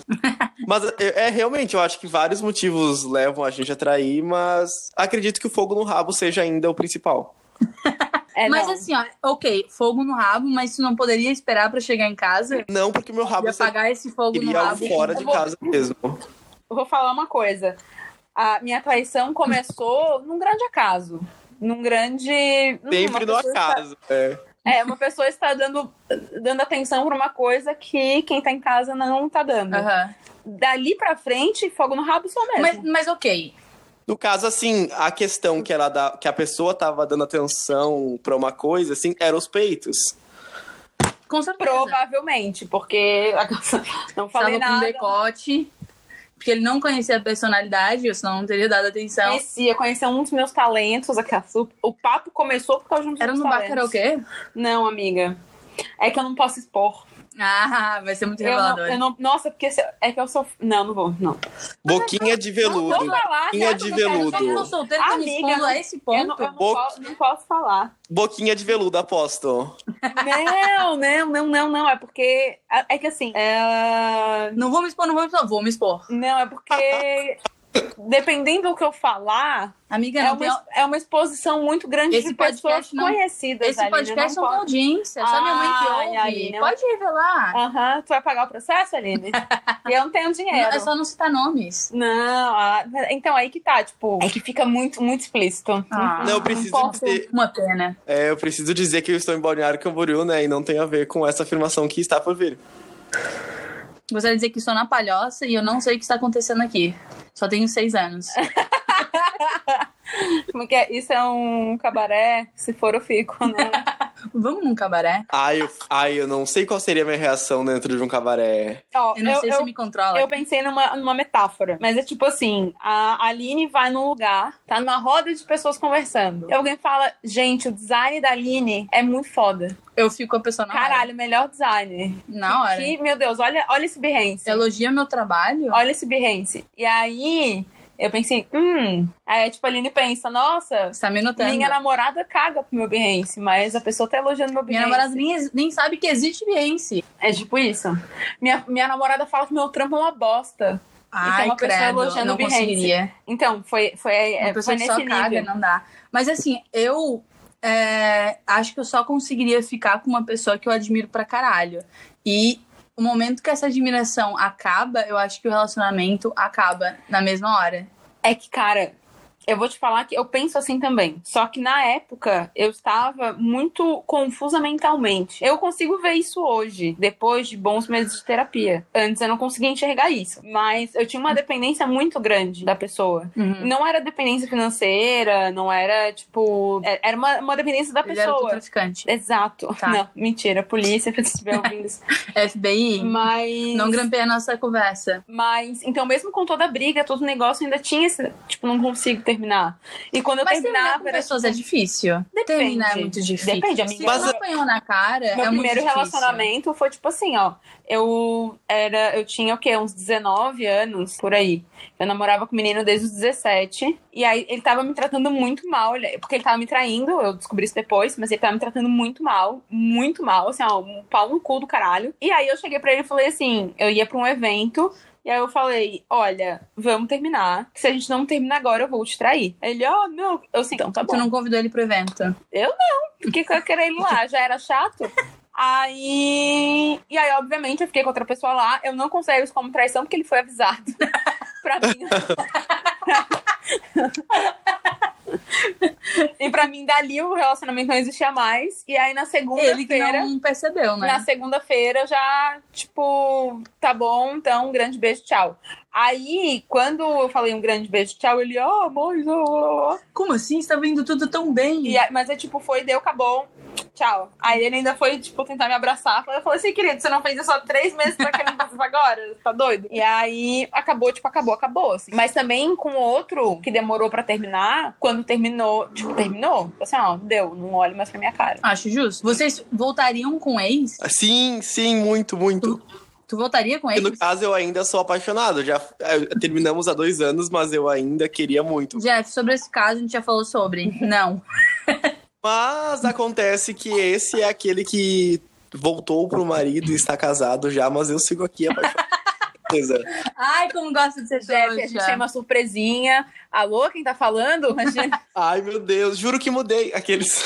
B: mas é, é, realmente, eu acho que vários motivos levam a gente a trair, mas acredito que o fogo no rabo seja ainda o principal.
E: É,
C: mas
E: não.
C: assim, ó, ok, fogo no rabo, mas tu não poderia esperar pra chegar em casa
B: Não, porque meu
C: e
B: rabo seria
C: apagar esse fogo no rabo.
B: Ah,
C: Hum,
B: algo fora
E: Eu
B: de
E: vou-
B: casa mesmo.
E: Eu vou falar uma coisa. A minha traição começou num grande acaso. Num grande. Hum, uma
B: Sempre no
E: pessoa está-
B: acaso. É.
E: É, uma pessoa está dando, dando atenção para uma coisa que quem tá em casa não tá dando.
C: Aham.
E: Dali pra frente, fogo no rabo só mesmo.
C: Mas, mas ok.
B: No caso, assim, a questão que ela dá, que a pessoa tava dando atenção pra uma coisa, assim, eram os peitos.
C: Com certeza.
E: Provavelmente, porque não falei
C: Estava com um
E: nada.
C: decote. Porque ele não conhecia a personalidade, eu senão não teria dado atenção.
E: Conhecia, conhecia um dos meus talentos. aqui, a su- O papo começou por causa de um dos
C: Era
E: meus
C: no bar
E: talentos.
C: karaokê?
E: Não, amiga. É que eu não posso expor.
C: Ah, vai ser muito
E: Eu não,
C: revelador.
E: eu não- nossa, porque se- é que eu sou. Não, não vou, não.
B: Boquinha de
E: Não
B: veludo.
E: vou falar,
B: Boquinha
E: né?
B: de
E: Eu não
C: Só que eu
B: veludo.
C: não solteira tá me
E: Amiga,
C: expondo a esse
E: Eu
C: ponto.
E: não, eu não
B: Bo-
E: posso, não posso falar.
B: Boquinha de veludo, aposto.
E: Não, não, não, não, não. É porque. É é que assim. é,
C: Não vou me expor, não vou me expor. Vou me expor.
E: Não, é porque. Dependendo do que eu falar,
C: Amiga,
E: é
C: não
E: uma,
C: tem-
E: es- é uma exposição muito grande
C: Esse
E: de pessoas
C: podcast não-
E: conhecidas.
C: Esse
E: Aline,
C: podcast
E: não
C: não tem
E: pode.
C: audiência. Só minha mãe que
E: Ai,
C: ouve.
E: Aline, eu-
C: Pode revelar.
E: Aham, tu vai pagar o processo, Aline? e eu não tenho
C: Não,
E: dinheiro.
C: é só não citar nomes.
E: Não, ah, então aí que tá, tipo. É que fica muito, muito explícito.
C: Ah,
B: Não, eu preciso
E: posso.
B: dizer,
C: Uma pena.
B: é, eu preciso dizer que eu estou em Balneário Camboriú, né? E não tem a ver com essa afirmação que está por vir.
C: Gostaria de dizer que estou na palhoça e eu não sei o que está acontecendo aqui. Só tenho seis anos.
E: Como que é? Isso é um cabaré? Se for, eu fico, né?
C: Vamos num cabaré?
B: Ai, eu, ai, eu não sei qual seria a minha reação dentro de um cabaré.
E: Ó,
C: Eu não
E: eu,
C: sei se
E: eu,
C: me controla.
E: eu pensei numa, numa metáfora, mas é tipo assim: a Aline vai num lugar, tá numa roda de pessoas conversando. E alguém fala, gente, o design da Aline é muito foda.
C: Eu fico com a pessoa na hora.
E: Caralho, melhor design.
C: Na hora.
E: Que, meu Deus, olha, olha esse Behance.
C: Elogia meu trabalho?
E: Olha esse Behance. E aí, eu pensei, hum. Aí, tipo, a Aline pensa, nossa.
C: Você tá me notando.
E: Minha
C: Minha,
E: namorada caga pro meu Behance, mas a pessoa tá elogiando meu Behance.
C: namorada nem, nem sabe que existe Biense.
E: É tipo isso. Minha, minha namorada fala que meu trampo é uma bosta.
C: Ai,
E: uma pessoa
C: credo,
E: elogiando
C: não
E: o Behance.
C: conseguiria.
E: Então, foi, foi,
C: Uma
E: é, foi
C: pessoa que
E: nesse
C: só
E: nível.
C: caga, não dá. Mas assim, eu é, acho que eu só conseguiria ficar com uma pessoa que eu admiro pra caralho. E o momento que essa admiração acaba, eu acho que o relacionamento acaba na mesma hora.
E: É que, cara, eu vou te falar que eu penso assim também. Só que na época eu estava muito confusa mentalmente. Eu consigo ver isso hoje, depois de bons meses de terapia. Antes eu não conseguia enxergar isso. Mas eu tinha uma dependência muito grande da pessoa.
C: Hum.
E: Não era dependência financeira, não era tipo. é- Era uma, uma dependência da
C: Ele era o
E: pessoa.
C: traficante.
E: Exato.
C: Tá.
E: Não, mentira, polícia, se você estiver ouvindo isso.
C: É FBI,
E: Mas.
C: não grampei a nossa conversa.
E: Mas, então, mesmo com toda a briga, todo o negócio, ainda tinha esse. Tipo, não consigo terminar. E quando eu
C: Mas terminar
E: terminava.
C: com
E: era,
C: pessoas
E: tipo,
C: é difícil.
E: Depende.
C: Terminar é muito difícil.
E: Depende,
C: Se
E: amiga.
B: Mas-
C: não apanhou na cara,
E: meu
C: é muito
E: primeiro
C: difícil.
E: relacionamento foi tipo assim, ó. Eu era. Eu tinha o quê? Uns 19 anos por aí. Eu namorava com o menino desde os 17. E aí ele tava me tratando muito mal. ele- Porque ele tava me traindo, eu descobri isso depois, mas ele tava me tratando muito mal, muito mal, assim, ó, um pau no cu do caralho. E aí eu cheguei pra ele e falei assim: eu ia pra um evento. E aí eu falei, olha, vamos terminar. Que se a gente não terminar agora, eu vou te trair. Aí Ele, ó, não. Eu assim, então tá bom
C: Tu não convidou ele pro evento.
E: porque que eu queria ele lá? Já era chato? Aí. E aí, obviamente, eu fiquei com outra pessoa lá. Eu não considero isso como traição, porque ele foi avisado. pra mim. e pra mim, dali o relacionamento não existia mais. E aí, na
C: Ele que
E: segunda-feira.
C: não percebeu, né?
E: Na segunda-feira eu já, tipo, tá bom, então, um grande beijo, tchau. Aí, quando eu falei um grande beijo, tchau, ele, "Ah, ó, amor, ó, ó, ó.
C: Como assim? Estava indo tudo tão bem.
E: E aí- mas é tipo, foi, deu, acabou. Tchau. Aí ele ainda foi, tipo, tentar me abraçar. Eu falei assim, querido, você não fez isso há três meses pra que eu não faça isso agora? Tá doido? E aí acabou, tipo, acabou, acabou. assim. Mas também com outro que demorou pra terminar, quando terminou, tipo, terminou, assim, ó, deu, não olhe mais pra minha cara.
C: Acho justo. Vocês voltariam com ex?
B: Sim, sim, muito, muito.
C: Tu voltaria com
B: E
C: ex?
B: no caso, eu ainda sou apaixonado. Já eh, terminamos há dois anos, mas eu ainda queria muito.
C: Jeff, sobre esse caso a gente já falou sobre. Não.
B: Mas acontece que esse é aquele que voltou pro marido e está casado já, mas eu sigo aqui apaixonado. surpresa.
C: Ai, como gosto de ser
E: Deve, a gente tem
C: chama.
E: uma surpresinha. Alô, quem tá falando?
B: Ai, meu Deus, juro que mudei aqueles.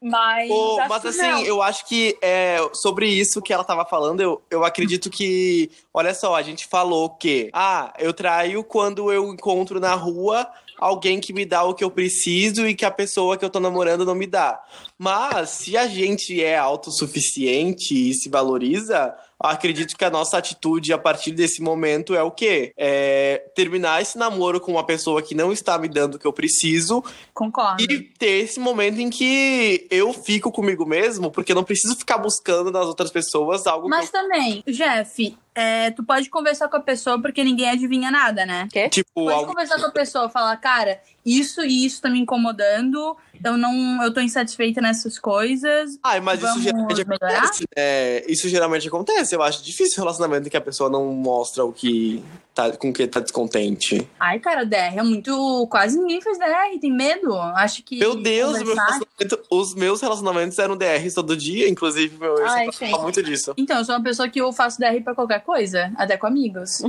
E: Mas,
B: Pô,
E: acho
B: mas
E: que
B: assim,
E: não.
B: eu acho que é, sobre isso que ela tava falando, eu, eu acredito que. Olha só, a gente falou que. Ah, eu traio quando eu encontro na rua alguém que me dá o que eu preciso e que a pessoa que eu tô namorando não me dá. Mas se a gente é autossuficiente e se valoriza. Acredito que a nossa atitude a partir desse momento é o quê? É terminar esse namoro com uma pessoa que não está me dando o que eu preciso
C: Concordo.
B: e ter esse momento em que eu fico comigo mesmo, porque eu não preciso ficar buscando nas outras pessoas algo
C: Mas também, Jeff, é, tu pode conversar com a pessoa porque ninguém adivinha nada, né?
B: que eu, tipo,
C: Pode
B: algo
C: conversar com a pessoa, falar, cara, isso e isso tá me incomodando, eu não, eu tô insatisfeita nessas coisas.
B: Ai, mas isso
C: Vamos
B: geralmente
C: melhorar?
B: acontece, né? Isso geralmente acontece. Eu acho difícil o relacionamento em que a pessoa não mostra o que tá, com o que tá descontente.
C: Ai, cara, DR é muito. Quase ninguém fez DR, tem medo. Acho que.
B: Meu Deus, meu
C: conversar-
B: relacionamento- os meus relacionamentos eram DRs todo dia, inclusive meu ex
E: Ai,
B: fala muito disso.
C: Então, eu sou uma pessoa que eu faço DR pra qualquer coisa, até com amigos.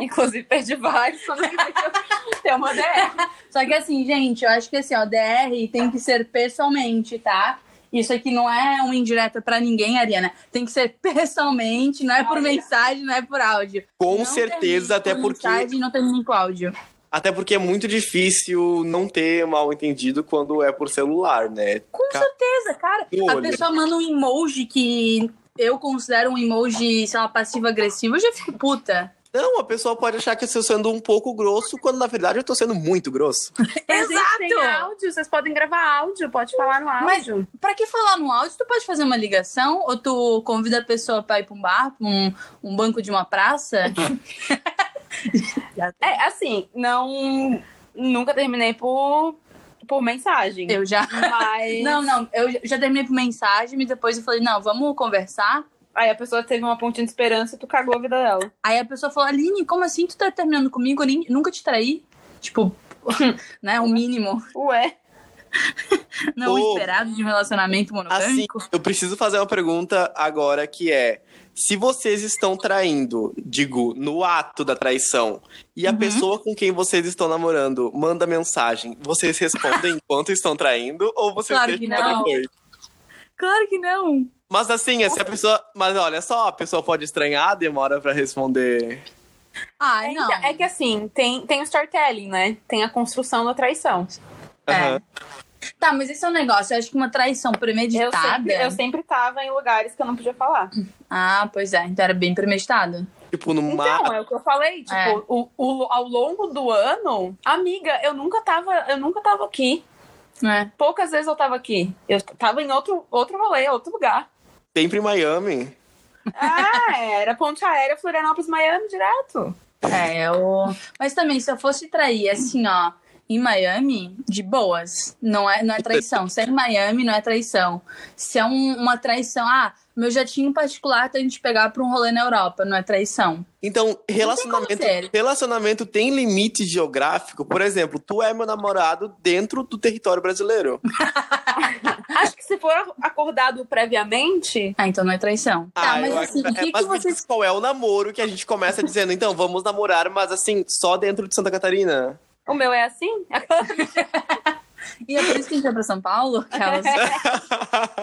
E: Inclusive, perdi vários né? quando tem uma DR.
C: Só que assim, gente, eu acho que assim, ó, DR tem que ser pessoalmente, tá? Isso aqui não é uma indireta pra ninguém, Ariana. Tem que ser pessoalmente, não é por mensagem, não é por áudio.
B: Com
C: Não
B: certeza,
C: termine
B: até
C: com
B: porque
C: Mensagem, não termine com áudio.
B: até porque é muito difícil não ter mal entendido quando é por celular, né?
C: Com
B: Ca-
C: certeza, cara.
B: No
C: A
B: olho.
C: pessoa manda um emoji que eu considero um emoji, sei lá, passivo-agressivo, eu já fico puta.
B: Não, a pessoa pode achar que eu estou sendo um pouco grosso, quando na verdade eu estou sendo muito grosso.
E: Mas, gente, tem áudio, vocês podem gravar áudio, pode falar no
C: Mas-
E: áudio.
C: Pra que falar no áudio? Tu pode fazer uma ligação ou tu convida a pessoa pra ir pra um bar, pra um, um banco de uma praça?
E: Uhum. É, assim, não... Nunca terminei por, por mensagem.
C: Eu já.
E: Mas...
C: Não, não, eu já terminei por mensagem e depois eu falei, não, vamos conversar.
E: Aí a pessoa teve uma pontinha de esperança e tu cagou a vida dela.
C: Aí a pessoa falou, Aline, como assim tu tá terminando comigo? Eu nem- nunca te traí. Tipo, né, o mínimo.
E: Ué.
C: Não
B: Pô.
C: esperado de um relacionamento
B: Assim,
C: monogâmico.
B: eu preciso fazer uma pergunta agora que é: se vocês estão traindo, digo, no ato da traição, e a
C: Uhum.
B: pessoa com quem vocês estão namorando manda mensagem, vocês respondem enquanto estão traindo ou vocês
C: Claro que
B: deixam pra
C: não.
B: depois?
C: Claro que não.
B: Mas assim, se a pessoa, mas olha só, a pessoa pode estranhar, demora pra responder.
C: Ai,
E: É,
C: Ah, não.
E: então, é que assim, tem, tem o storytelling, né? Tem a construção da traição.
C: É.
B: Aham.
C: Tá, mas esse é um negócio. Eu acho que uma traição
E: Eu
C: premeditada.
E: sempre, eu sempre tava em lugares que eu não podia falar.
C: Ah, pois é. Então era bem premeditado.
B: Tipo, no
E: Então,
B: mar.
E: é o que eu falei, tipo,
C: É.
E: o, o- ao longo do ano, amiga, eu nunca tava, eu nunca tava aqui.
C: É.
E: Poucas vezes eu tava aqui. Eu tava em outro, outro rolê, outro lugar.
C: é
B: Sempre em Miami.
E: Ah, era ponte aérea, Florianópolis, Miami, direto.
C: É, eu. Mas também, se eu fosse trair assim, ó, em Miami, de boas, não é, não é traição. Se é em Miami, não é traição. Se é um- uma traição, ah, meu jatinho particular tá a gente pegar pra um rolê na Europa, não é traição.
B: Então,
C: como
B: relacionamento,
C: ser.
B: relacionamento tem limite geográfico? Por exemplo, tu é meu namorado dentro do território brasileiro.
E: Acho que se for acordado previamente,
C: Ah, então não é traição. Tá,
B: Ah,
C: mas
B: eu
C: assim,
B: acho-
C: o que,
B: é, mas
C: que
B: me
C: vocês.
B: diz Qual é o namoro que a gente começa dizendo, então, vamos namorar, mas assim, só dentro de Santa Catarina?
E: o meu é assim?
C: E é por isso que a gente vai pra São Paulo? Aquelas...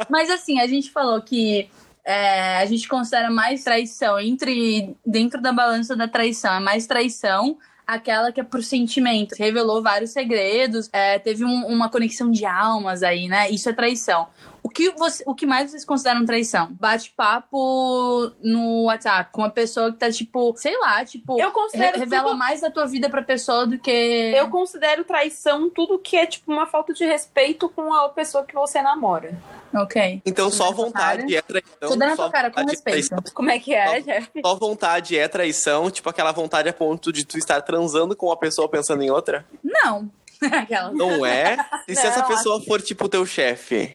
C: Mas assim, a gente falou que é, a gente considera mais traição entre dentro da balança da traição, é mais traição aquela que é por sentimento. Revelou vários segredos, é, teve um- uma conexão de almas aí, né? Isso é traição. O que, você, o que mais vocês consideram traição? Bate-papo no WhatsApp com uma pessoa que tá tipo, sei lá, tipo,
E: Eu
C: re-
E: considero
C: revela
E: tudo-
C: mais da tua vida pra pessoa do que.
E: eu considero traição tudo que é tipo uma falta de respeito com a pessoa que você namora.
C: Ok.
B: Então, só
C: na tua
B: vontade é traição.
C: Tô dando na
B: só
C: tua cara, com
B: vontade é
C: respeito.
B: traição.
E: Como é que é,
B: Não.
E: Jeff?
B: Só vontade é traição, tipo aquela vontade a ponto de tu estar transando com uma pessoa pensando em outra?
C: Não. Aquela.
B: Não é? E se essa
E: Não,
B: pessoa for, tipo, teu chefe?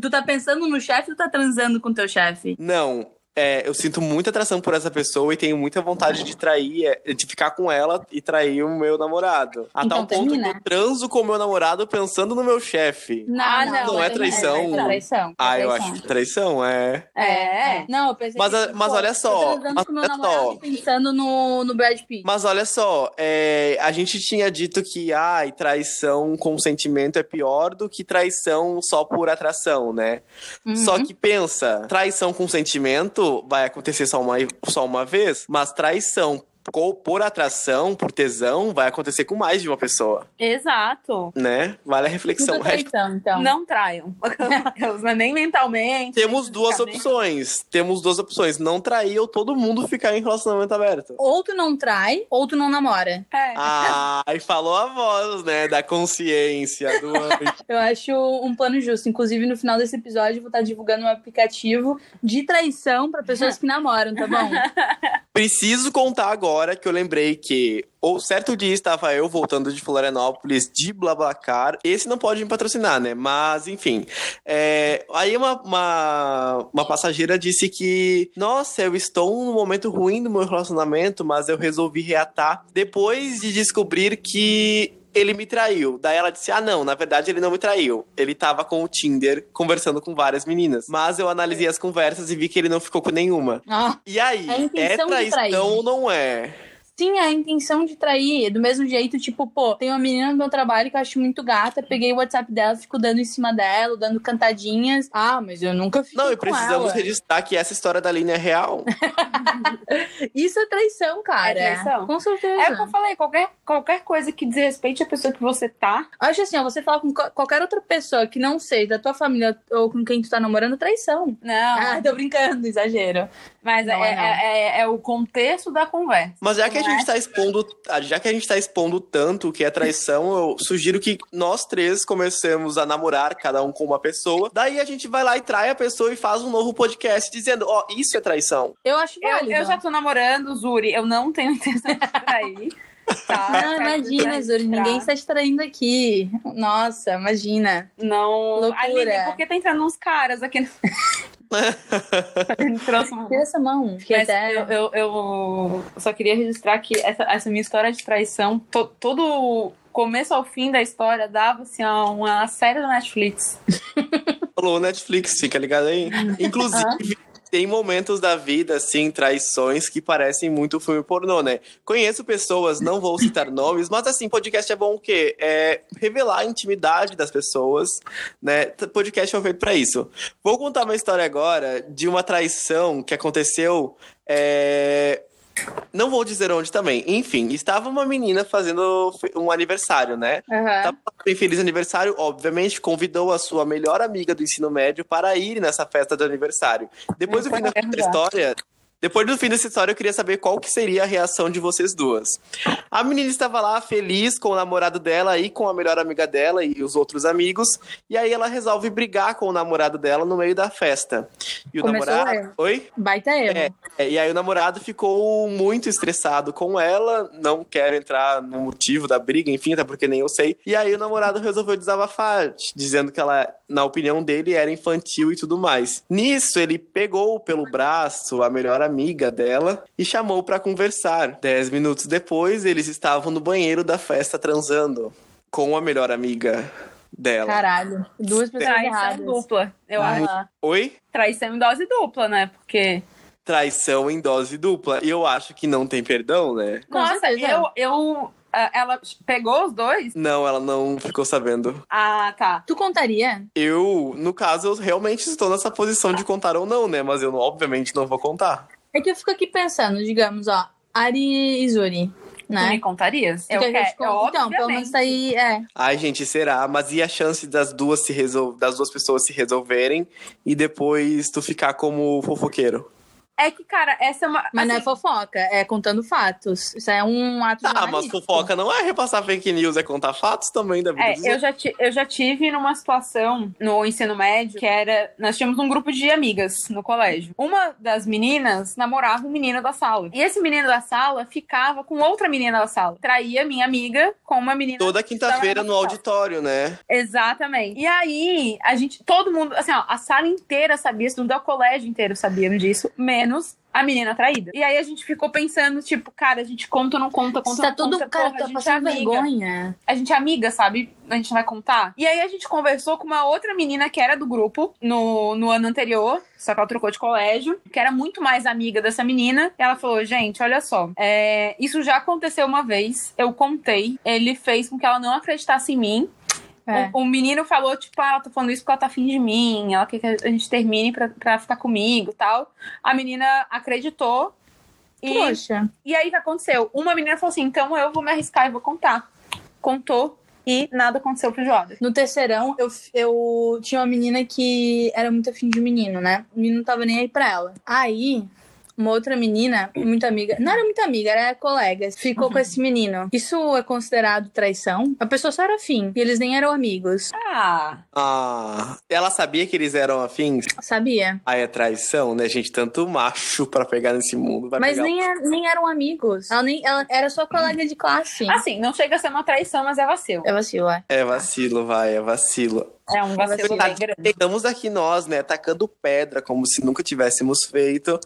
C: Tu tá pensando no chefe ou tá transando com teu chefe?
B: Não. é, eu sinto muita atração por essa pessoa e tenho muita vontade de trair, é, de ficar com ela e trair o meu namorado. A
D: Então
B: tal ponto
D: termina.
B: que eu transo com o meu namorado pensando no meu chefe.
E: Ah, não,
B: não, é traição.
D: Não,
E: Traição.
B: Ah, eu
E: traição.
B: acho que traição, é.
E: É.
D: Não, eu pensei
B: Mas,
D: que,
B: a- mas
D: pô,
B: olha
C: Eu
B: só.
C: tô transando com meu
B: olha só.
C: namorado pensando no, no Brad Pitt.
B: Mas olha só, é, a gente tinha dito que ai, traição com sentimento é pior do que traição só por atração, né? Só
C: Uhum.
B: que pensa, traição com sentimento vai acontecer só uma, só uma vez, mas traição co- por atração, por tesão, vai acontecer com mais de uma pessoa,
E: Exato.
B: né? Vale a reflexão.
D: Tudo traição, então.
E: Não traiam. Aquelas, né? Nem mentalmente.
B: Temos duas
E: fisicamente.
B: opções. Temos duas opções. Não trair ou todo mundo ficar em relacionamento aberto.
C: Ou tu não trai, ou tu não namora.
E: É.
B: Ah, e falou a voz, né? Da consciência, do anjo.
C: Eu acho um plano justo. Inclusive, no final desse episódio, eu vou estar divulgando um aplicativo de traição pra pessoas que namoram, tá bom?
B: Preciso contar agora que eu lembrei que ou certo dia estava eu voltando de Florianópolis de Blablacar. Esse não pode me patrocinar, né? Mas enfim. É, aí uma, uma, uma passageira disse que, nossa, eu estou num momento ruim do meu relacionamento, mas eu resolvi reatar depois de descobrir que ele me traiu. Daí ela disse: Ah, não, na verdade ele não me traiu. Ele tava com o Tinder conversando com várias meninas. Mas eu analisei as conversas e vi que ele não ficou com nenhuma.
C: Ah,
B: E aí,
C: A
B: é
C: intenção de trair.
B: traição ou não é?
C: Sim, a intenção de trair. Do mesmo jeito, tipo, pô, tem uma menina no meu trabalho que eu acho muito gata, peguei o WhatsApp dela, fico dando em cima dela, dando cantadinhas. Ah, mas eu nunca fiquei
B: Não, e
C: com
B: precisamos
C: ela.
B: registrar que essa história da Aline é real.
C: Isso é traição, cara.
E: É traição.
C: Com certeza.
E: É o que eu falei, qualquer, qualquer coisa que desrespeite a pessoa que você tá.
C: Acho assim, ó, você falar com co- qualquer outra pessoa que não seja da tua família ou com quem tu tá namorando, traição.
E: Não.
C: Ah, tô brincando, exagero.
E: mas
C: não
E: é,
C: é não.
E: é- é- é o contexto da conversa.
B: Mas já que a
E: Não
C: é?
B: gente tá expondo, já que a gente tá expondo tanto o que é traição, eu sugiro que nós três comecemos a namorar, cada um com uma pessoa. Daí a gente vai lá e trai a pessoa e faz um novo podcast dizendo, ó, isso é traição.
C: Eu acho
E: Eu,
C: válido.
E: eu já tô namorando, Zuri. Eu não tenho intenção de trair. tá?
C: Não, Ah, imagina, Zuri, ninguém está te traindo aqui. Nossa, imagina.
E: Não.
C: Loucura.
E: Aline, por que tá entrando uns caras aqui? no- Trouxe uma-
C: Tira essa mão. Fiquei
E: Mas
C: até...
E: eu, eu, eu só queria registrar que essa, essa minha história de traição, to, todo o começo ao fim da história dava assim, a uma série da Netflix.
B: Alô, Netflix, fica ligado aí. Inclusive. Tem momentos da vida, assim, traições que parecem muito filme pornô, né? Conheço pessoas, não vou citar nomes, mas assim, podcast é bom o quê? É revelar a intimidade das pessoas, né? T- Podcast foi feito pra isso. Vou contar uma história agora de uma traição que aconteceu. é, Não vou dizer onde também. Enfim, estava uma menina fazendo fe- um aniversário, né?
E: Aham.
B: Tá bem feliz aniversário, obviamente, convidou a sua melhor amiga do ensino médio para ir nessa festa de aniversário. Depois do
E: Não,
B: fim da
E: pode arranjar.
B: história, depois do fim dessa história, eu queria saber qual que seria a reação de vocês duas. A menina estava lá feliz com o namorado dela e com a melhor amiga dela e os outros amigos, e aí ela resolve brigar com o namorado dela no meio da festa. E o
C: Começou
B: namorado, oi?
C: Baita erro.
B: É, é, e aí o namorado ficou muito estressado com ela, não quero entrar no motivo da briga, enfim, até porque nem eu sei. E aí o namorado resolveu desabafar, dizendo que ela, na opinião dele, era infantil e tudo mais. Nisso, ele pegou pelo braço a melhor amiga dela e chamou pra conversar. Dez minutos depois, eles estavam no banheiro da festa transando com a melhor amiga dela.
C: Caralho. Duas pessoas
E: Traição
C: erradas.
E: dupla, eu
B: Ah.
E: acho.
B: Oi?
E: Traição em dose dupla, né? Porque.
B: Traição em dose dupla. E eu acho que não tem perdão, né?
C: Com
E: Nossa,
C: certeza.
E: eu, eu. ah, Ela pegou os dois?
B: Não, ela não ficou sabendo.
E: Ah, tá.
C: Tu contaria?
B: Eu, no caso, eu realmente estou nessa posição de contar ou não, né? Mas eu, obviamente, não vou contar.
C: É que eu fico aqui pensando, digamos, ó, Ari e Zuri,
E: Tu
C: né?
E: me contarias? Eu
C: Fica aqui,
E: quero.
C: tipo, então, pelo
E: obviamente.
C: menos tá aí, é.
B: Ai, gente, será? Mas e a chance das duas se resol... das duas pessoas se resolverem e depois tu ficar como fofoqueiro?
E: É que, cara, essa é uma.
C: Mas não é
E: assim,
C: fofoca, é contando fatos. Isso é um ato
B: Tá, mas
C: jornalístico.
B: fofoca não é repassar fake news, é contar fatos também da vida
E: É,
B: dos
E: eu já, ti- eu já tive numa situação no ensino médio que era. Nós tínhamos um grupo de amigas no colégio. Uma das meninas namorava um menino da sala. E esse menino da sala ficava com outra menina da sala. Traía minha amiga com uma menina.
B: Toda quinta-feira no auditório, né?
E: Exatamente. E aí, a gente. Todo mundo. Assim, ó, a sala inteira sabia, se não der o colégio inteiro sabia disso, menos a menina traída. E aí a gente ficou pensando, tipo, cara, a gente conta ou não conta, conta
C: Isso
E: ou
C: tá
E: não
C: tudo,
E: conta,
C: cara,
E: porra, a
C: tá
E: gente
C: passando
E: é amiga.
C: vergonha.
E: A gente é amiga, sabe? A gente não vai contar. E aí a gente conversou com uma outra menina que era do grupo no, no ano anterior, só que ela trocou de colégio, que era muito mais amiga dessa menina. E ela falou: gente, olha só, é, isso já aconteceu uma vez, eu contei, ele fez com que ela não acreditasse em mim.
D: É.
E: O, o Um, menino falou, tipo, ah, ela tá falando isso porque ela tá afim de mim, ela quer que a gente termine pra, pra ficar comigo e tal. A menina acreditou. E,
C: Poxa.
E: e aí o que aconteceu? Uma menina falou assim: então eu vou me arriscar e vou contar. Contou e nada aconteceu pro Jovem.
C: No terceirão, eu, eu tinha uma menina que era muito afim de menino, né? O menino não tava nem aí pra ela. Aí, uma outra menina, muito amiga, não era muito amiga, era colega, ficou
B: Uhum.
C: com esse menino. Isso é considerado traição? A pessoa só era afim, e eles nem eram amigos.
E: Ah,
B: Ah, ela sabia que eles eram afins?
C: Sabia?
B: Aí é traição, né, gente? Tanto macho pra pegar nesse mundo. Vai
C: Mas
B: pegar...
C: nem, era- nem eram amigos. Ela, nem, ela era só colega de classe.
E: assim, não chega a ser uma traição, mas é vacilo.
C: É vacilo, é.
B: É vacilo, vai, é vacilo.
E: É um vacilo bem grande.
B: Pegamos aqui nós, né, tacando pedra, como se nunca tivéssemos feito.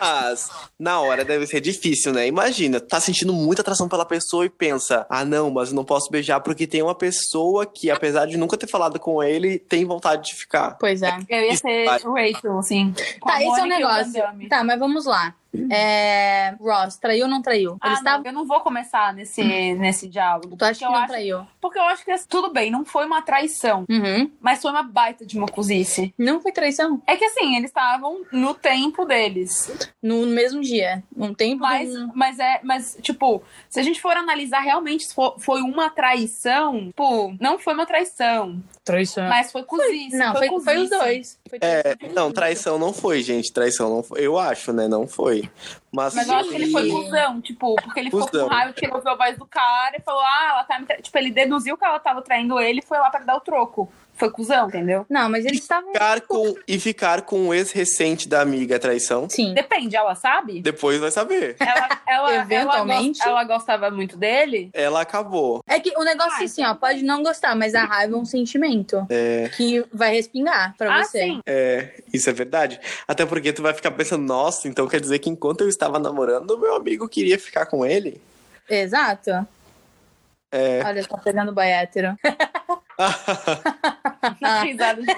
B: Mas, na hora deve ser difícil, né? Imagina, tá sentindo muita atração pela pessoa e pensa: ah, não, mas eu não posso beijar porque tem uma pessoa que, apesar de nunca ter falado com ele, tem vontade de ficar.
C: Pois é.
E: Eu ia ser
B: Vai.
E: Rachel, assim. com a
C: Tá, esse é o
E: Mônica e o Van
C: negócio.
E: Damme.
C: Tá, mas vamos lá. É... Ross, traiu ou não traiu?
E: Ah,
C: Eles
E: não,
C: estavam.
E: Eu não vou começar nesse, nesse diálogo.
C: Tu acha que
E: porque eu
C: não
E: acho-
C: traiu?
E: Porque eu acho que assim, tudo bem, não foi uma traição,
C: Uhum.
E: mas foi uma baita de uma cozice.
C: Não foi traição.
E: É que assim, eles estavam no tempo deles.
C: No mesmo dia. Um tempo.
E: Mas,
C: do-
E: mas é, mas, tipo, se a gente for analisar realmente se fo- foi uma traição, pô, não foi uma traição.
C: Traição.
E: Mas foi cozice.
C: não, foi, foi,
E: cozice.
C: os dois. Foi
B: É,
C: traição.
B: não, traição não foi, gente. Traição não foi. Eu acho, né? Não foi. Mas,
E: Mas eu acho que ele foi cuzão, tipo, porque ele ficou
B: Cuzão.
E: com raiva, que ele ouviu a voz do cara e falou, ah, ela tá me traindo. Tipo, ele deduziu que ela tava traindo ele e foi lá pra dar o troco. Foi cuzão, entendeu?
C: Não, mas eles estavam.
B: ficar com E ficar com o ex-recente da amiga é traição?
C: Sim.
E: Depende, ela sabe?
B: Depois vai saber.
E: Ela, ela, ela
C: Eventualmente.
E: gos- Ela, gostava muito dele.
B: Ela acabou.
C: É que o negócio é assim, ó, pode não gostar, mas a raiva é um sentimento
B: É,
C: que vai respingar pra
E: ah,
C: você.
E: sim.
B: é, isso é verdade. Até porque tu vai ficar pensando, nossa, então quer dizer que enquanto eu estava namorando, meu amigo queria ficar com ele?
C: Exato.
B: É.
C: Olha, tá pegando o boy hétero.
E: Na risada de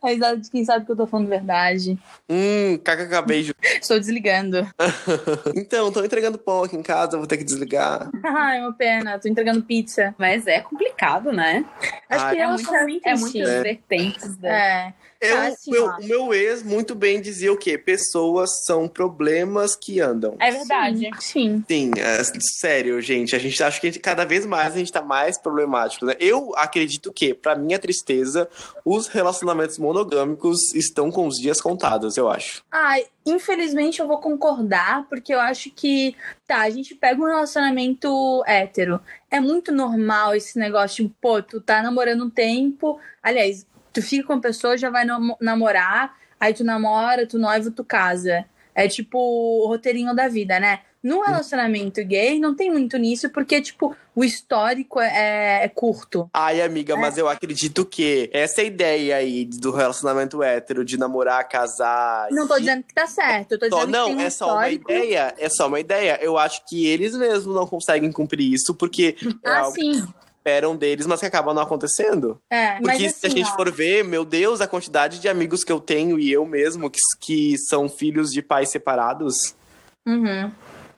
C: A risada de quem sabe que eu tô falando verdade.
B: hum, kkk, beijo.
C: Estou desligando.
B: Então, tô entregando pão aqui em casa, vou ter que desligar.
C: Ai, uma pena. Tô entregando pizza.
E: Mas é complicado, né?
C: Acho
B: Ai,
C: que
E: É
C: elas
E: muito-
C: são muito
E: É muito
C: assim.
E: vertentes. né?
C: É.
B: Eu,
C: Ah, sim,
B: meu-
C: ó.
B: o meu ex muito bem dizia o quê? Pessoas são problemas que andam.
E: É verdade.
C: Sim.
B: Sim, é, sério, gente. A gente acha que cada vez mais a gente tá mais problemático, né? Eu acredito que, pra minha tristeza, os relacionamentos monogâmicos estão com os dias contados, eu acho.
C: Ai, infelizmente eu vou concordar, porque eu acho que, tá, a gente pega um relacionamento hétero. É muito normal esse negócio, tipo, pô, tu tá namorando um tempo. Aliás, tu fica com a pessoa, já vai namo- namorar, aí tu namora, tu noiva, tu casa. É tipo o roteirinho da vida, né? No relacionamento gay, não tem muito nisso, porque, tipo, o histórico é, é curto.
B: Ai, amiga, mas
C: É.
B: eu acredito que essa ideia aí do relacionamento hétero, de namorar, casar.
C: Não tô
B: e-
C: dizendo que tá certo, eu tô
B: Só-
C: dizendo que tem
B: não,
C: um
B: é só uma
C: histórico.
B: ideia. É só uma ideia. Eu acho que eles mesmos não conseguem cumprir isso, porque é
C: Ah,
B: algo que
C: sim.
B: esperam deles, mas que acaba não acontecendo.
C: É,
B: Porque
C: mas
B: se a
C: assim,
B: gente
C: ó,
B: for ver, meu Deus, a quantidade de amigos que eu tenho e eu mesmo, que, que são filhos de pais separados,
C: uhum.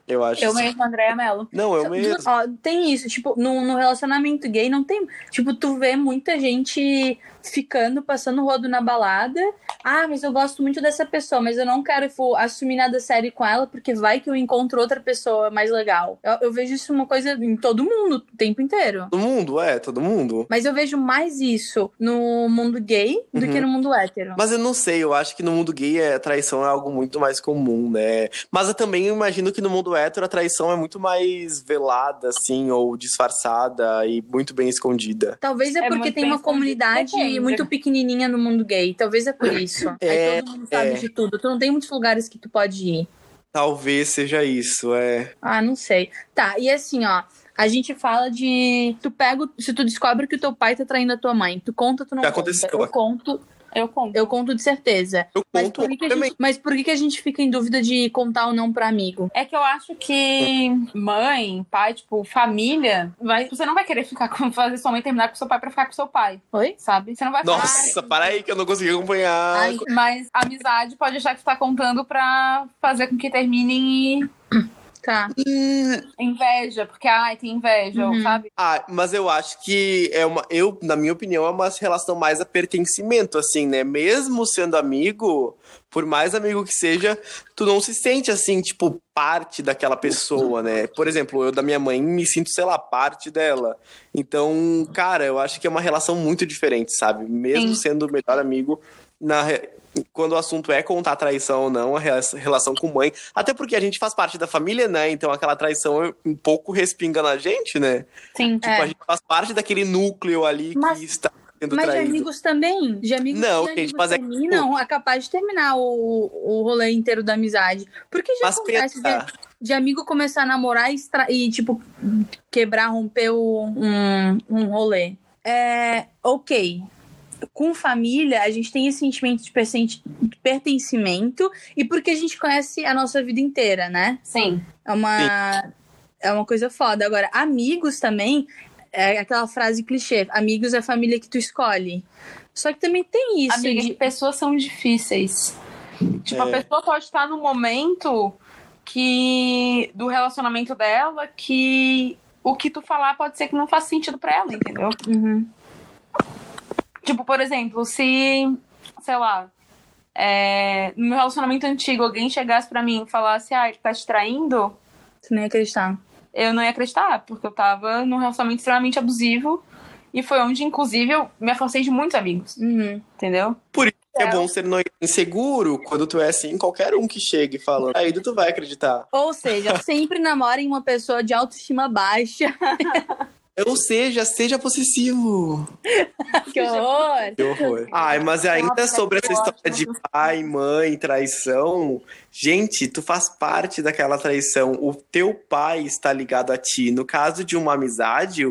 B: eu acho.
E: Eu
B: isso-
E: mesmo, Andréa Mello.
B: Não, eu
C: Tu-
B: mesmo.
C: Ó, tem isso, tipo, no, no relacionamento gay não tem. Tipo, tu vê muita gente ficando, passando rodo na balada. Ah, mas eu gosto muito dessa pessoa, mas eu não quero tipo, assumir nada sério com ela, porque vai que eu encontro outra pessoa mais legal. Eu, eu vejo isso uma coisa em todo mundo, o tempo inteiro.
B: Todo mundo, é, todo mundo.
C: Mas eu vejo mais isso no mundo gay do
B: Uhum.
C: que no mundo hétero.
B: Mas eu não sei, eu acho que no mundo gay a traição é algo muito mais comum, né? Mas eu também imagino que no mundo hétero a traição é muito mais velada, assim, ou disfarçada e muito bem escondida.
C: Talvez é,
E: É
C: porque
E: muito
C: tem
E: bem
C: uma
E: escondido.
C: comunidade
E: Depende. né?
C: muito pequenininha no mundo gay. Talvez é por isso.
B: É,
C: Aí todo mundo sabe
B: é.
C: de tudo. Tu não tem muitos lugares que tu pode ir.
B: Talvez seja isso, é.
C: Ah, não sei. Tá, e assim, ó. A gente fala de. Tu pega. o- Se tu descobre que o teu pai tá traindo a tua mãe, tu conta, tu não
B: Já
C: conta.
B: aconteceu.
C: Eu conto.
E: Eu conto.
C: Eu conto de certeza.
B: Eu
C: Mas
B: conto
C: por, que que a
B: também.
C: gente, mas por que, que a gente fica em dúvida de contar ou não pra amigo?
E: É que eu acho que mãe, pai, tipo, família, vai- você não vai querer ficar com fazer sua mãe terminar com seu pai pra ficar com seu pai,
C: Oi?
E: sabe? Você não vai falar.
B: Nossa, para aí que eu não consegui acompanhar.
E: Ai, mas a amizade pode achar que você tá contando pra fazer com que terminem
C: Tá.
E: em inveja, porque ai, tem inveja,
C: Uhum.
E: sabe?
B: Ah, mas eu acho que é uma. Eu, na minha opinião, é uma relação mais a pertencimento, assim, né? Mesmo sendo amigo, por mais amigo que seja, tu não se sente assim, tipo, parte daquela pessoa, né? Por exemplo, eu da minha mãe me sinto, sei lá, parte dela. Então, cara, eu acho que é uma relação muito diferente, sabe? Mesmo sendo o melhor amigo, na re- quando o assunto é contar traição ou não, a rea- relação com mãe. Até porque a gente faz parte da família, né? Então aquela traição é um pouco respinga na gente, né?
E: Sim.
B: Tipo, a gente faz parte daquele núcleo ali
C: É. Mas-
B: que está sendo
C: Mas de
B: traído.
C: amigos também. De amigos
B: Não,
C: que
B: gente,
C: amigos
B: mas é que,
C: terminam, é capaz de terminar o, o rolê inteiro da amizade. Porque já
B: Mas tá.
C: acontece de,
B: pensa,
C: de amigo começar a namorar e, estra- e, tipo, quebrar, romper o, um, um rolê. É, ok. Com família, a gente tem esse sentimento de persen- pertencimento e porque a gente conhece a nossa vida inteira, né?
E: Sim.
C: É uma, é uma coisa foda. Agora, amigos também é aquela frase clichê: amigos é a família que tu escolhe. Só que também tem isso.
E: Amigas,
C: de-
E: pessoas são difíceis.
B: É.
E: Tipo, a pessoa pode estar num momento que do relacionamento dela que o que tu falar pode ser que não faça sentido pra ela, entendeu?
C: Uhum.
E: Tipo, por exemplo, se, sei lá, é, no meu relacionamento antigo alguém chegasse pra mim e falasse, ah, ele tá te traindo,
C: Tu nem ia né, acreditar.
E: eu não ia acreditar, porque eu tava num relacionamento extremamente abusivo. E foi onde, inclusive, eu me afastei de muitos amigos,
C: Uhum.
E: entendeu?
B: é bom ser no- inseguro quando tu é assim, qualquer um que chegue falando. Aí tu vai acreditar.
C: Ou seja, sempre namorem uma pessoa de autoestima baixa.
B: Ou seja, seja possessivo.
C: que horror!
B: Que horror. Ai, mas ainda sobre essa história de pai, mãe, traição. Gente, tu faz parte daquela traição. O teu pai está ligado a ti. No caso de uma amizade,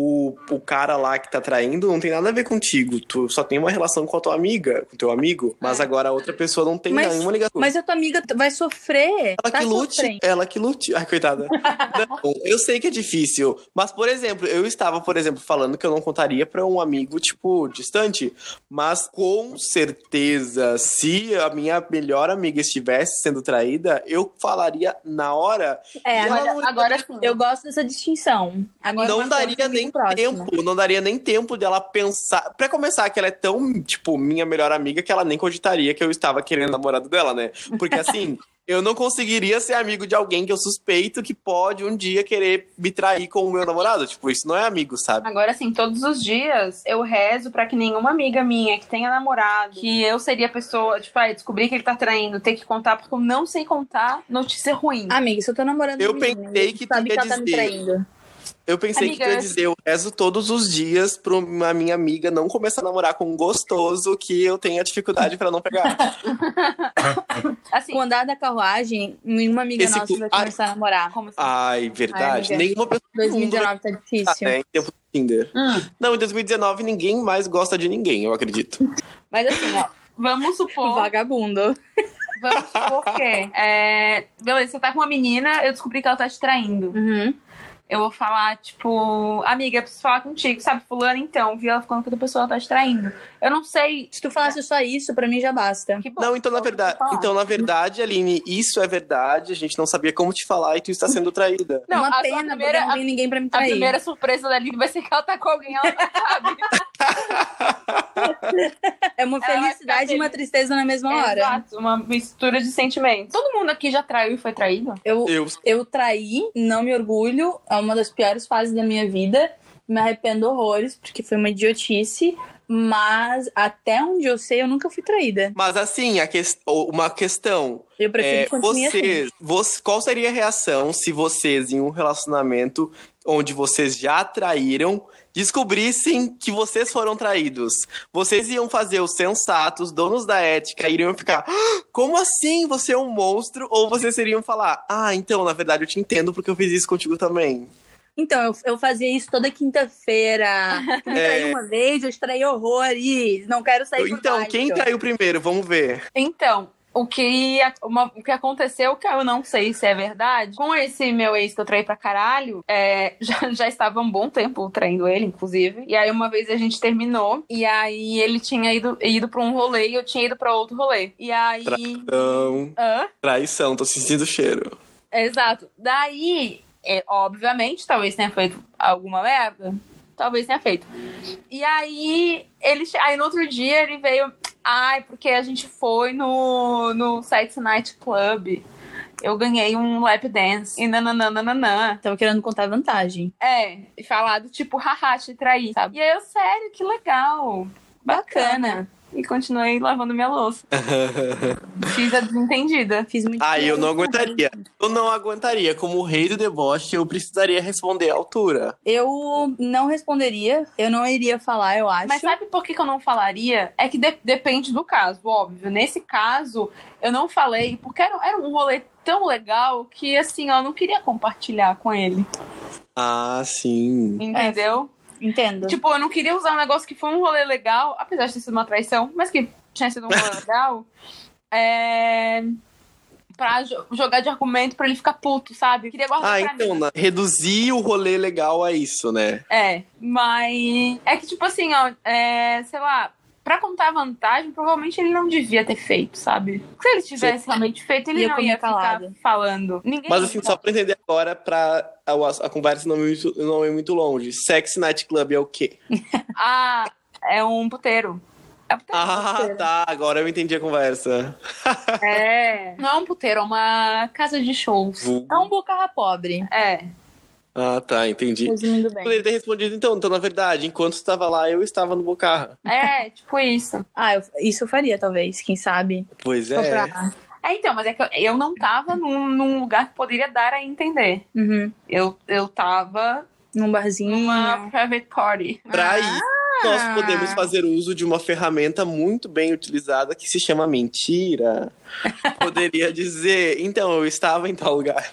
B: o, o cara lá que tá traindo não tem nada a ver contigo. Tu só tem uma relação com a tua amiga, com teu amigo. Mas agora a outra pessoa não tem
C: Mas-
B: nenhuma ligação.
C: Mas a tua amiga vai sofrer.
B: Ela
C: tá
B: que lute,
C: sofrendo.
B: ela que lute. Ai, coitada. Não, eu sei que é difícil, mas, por exemplo, eu estava, por exemplo, falando que eu não contaria para um amigo, tipo, distante. Mas, com certeza, se a minha melhor amiga estivesse sendo traída, eu falaria na hora.
C: É,
B: E ela
C: agora,
B: não-
E: Agora sim.
C: eu gosto dessa distinção. Agora
B: não
C: uma
B: daria
C: coisa
B: nem
C: muito próxima.
B: tempo, não daria nem tempo dela pensar. Pra começar, que ela é tão, tipo, minha melhor amiga que ela nem cogitaria que eu estava querendo namorado dela, né? Porque assim, eu não conseguiria ser amigo de alguém que eu suspeito que pode um dia querer me trair com o meu namorado. Tipo, isso não é amigo, sabe?
E: Agora, assim, todos os dias eu rezo pra que nenhuma amiga minha que tenha namorado, que eu seria a pessoa, tipo, ai, descobrir que ele tá traindo, ter que contar, porque eu não sei contar notícia ruim.
C: Amiga, se eu tô namorando
B: Eu
C: um menino,
B: pensei que tu
C: sabe
B: ia
C: que ela tá me
B: dizer.
C: traindo.
B: Eu pensei que tu ia
E: Amigas.
B: dizer, eu rezo todos os dias pra uma minha amiga não começar a namorar com um gostoso que eu tenha dificuldade pra não pegar.
E: Assim,
C: Com o andar da carruagem, nenhuma amiga
B: Esse
C: nossa
B: cu- Ah,
C: vai
B: Ai.
C: começar a namorar.
E: como assim?
B: Ai, verdade.
E: Ai, amiga.
B: Nenhuma pessoa do mundo vai
C: 2019 tá
B: Ah,
C: difícil.
B: né? Em tempo do Tinder.
E: Hum.
B: Não, em 2019 ninguém mais gosta de ninguém, eu acredito.
E: Mas assim, ó, vamos supor.
C: Vagabundo.
E: Vamos supor que. é, beleza, você tá com uma menina, eu descobri que ela tá te traindo.
C: Uhum.
E: Eu vou falar, tipo, amiga, eu preciso falar contigo, sabe? Fulano, então, vi ela ficando com outra pessoa, ela tá te traindo. Eu não sei. tipo,
C: Se tu falasse só isso, pra mim já basta.
E: Que bom.
B: Não, então na verdade, então na verdade, Aline, isso é verdade, a gente não sabia como te falar e tu está sendo traída.
E: Não,
C: É Uma
E: a sua
C: pena, porque
E: primeira-
C: não tem ninguém pra me
E: A
C: trair.
E: primeira surpresa da Aline vai ser que ela tá com alguém, ela não sabe.
C: É uma
E: Ela vai
C: felicidade
E: ficar
C: e uma tristeza na mesma hora.
E: Exato, uma mistura de sentimentos. Todo mundo aqui já traiu e foi traído?
C: Eu,
B: Eu,
C: eu traí, não me orgulho, é uma das piores fases da minha vida. Me arrependo horrores, porque foi uma idiotice. Mas até onde eu sei, eu nunca fui traída.
B: mas assim, a ques- uma questão,
C: Eu prefiro
B: é,
C: continuar assim.
B: vocês, você, qual seria a reação se vocês em um relacionamento onde vocês já traíram descobrissem que vocês foram traídos? Vocês iam fazer os sensatos, donos da ética, iriam ficar, "Ah, como assim? Você é um monstro? Ou vocês iriam falar, ah, então na verdade eu te entendo porque eu fiz isso contigo também.
C: Então, eu, eu fazia isso toda quinta-feira. Me traí
B: É.
C: uma vez, eu extraí horrores. Não quero
E: Tá
C: sair do
B: Então,
C: bairro.
B: quem traiu primeiro? Vamos ver.
E: Então, o que, a- uma- o que aconteceu, que eu não sei se é verdade, com esse meu ex que eu traí pra caralho, é, já, já estava há um bom tempo traindo ele, inclusive. E aí uma vez a gente terminou, e aí ele tinha ido, ido pra um rolê e eu tinha ido pra outro rolê. E aí.
B: Então,
E: Hã?
B: traição, tô sentindo o cheiro.
E: Exato. Daí, é, obviamente, talvez tenha feito alguma merda. Talvez tenha feito. E aí, ele, che- aí no outro dia ele veio. Ai, porque a gente foi no, no Sexy Night Club. Eu ganhei um lap dance. E nananana.
C: Tava querendo contar vantagem.
E: É, e falado tipo, haha, te traí, sabe? E aí eu, sério, que legal. Bacana. E continuei lavando minha louça. Fiz a desentendida.
C: Fiz muito
B: Ai, Ah, eu não aguentaria. Eu não aguentaria. Como o rei do deboche, eu precisaria responder à altura.
C: Eu não responderia. Eu não iria falar, eu acho.
E: Mas sabe por que, que eu não falaria? É que de- depende do caso, óbvio. Nesse caso, eu não falei, porque era, era um rolê tão legal que, assim, eu não queria compartilhar com ele.
B: Ah, sim.
E: Entendeu?
B: É.
C: Entendo.
E: Tipo, eu não queria usar um negócio que foi um rolê legal, apesar de ter sido uma traição, mas que tinha sido um rolê legal. É. Pra jo- jogar de argumento pra ele ficar puto, sabe? Eu queria guardar
B: Ah,
E: pra mim.
B: então, na- reduzir o rolê legal a isso, né?
E: É, mas é que tipo assim, ó, é, sei lá, pra contar vantagem, provavelmente ele não devia ter feito, sabe? Se ele tivesse realmente feito, ele
C: Ia
E: não
C: comer
E: ia ficar
C: calado.
E: falando. Ninguém
B: Mas assim, só pra entender agora, pra a, a conversa não é, muito, não é muito longe. Sex Night Club é o quê?
E: Ah, é um puteiro. É um puteiro.
B: Ah, tá. Agora eu entendi a conversa.
E: É. Não é um puteiro, é uma casa de shows.
B: Vulgo.
C: É um bocarra pobre.
E: É.
B: Ah, tá. Entendi.
C: Resumindo bem.
B: Poderia ter respondido então. Então, na verdade, enquanto estava lá, eu estava no Bocarra.
E: É, tipo isso.
C: Ah, eu- isso eu faria, talvez, quem sabe.
B: Pois
C: Só
B: é.
C: pra-
E: É, então, mas é que eu, eu não tava num, num lugar que poderia dar a entender.
C: Uhum.
E: Eu, eu tava
C: Num barzinho.
E: numa private party.
C: Ah!
B: Pra isso, nós podemos fazer uso de uma ferramenta muito bem utilizada que se chama mentira. Poderia dizer, então, eu estava em tal lugar.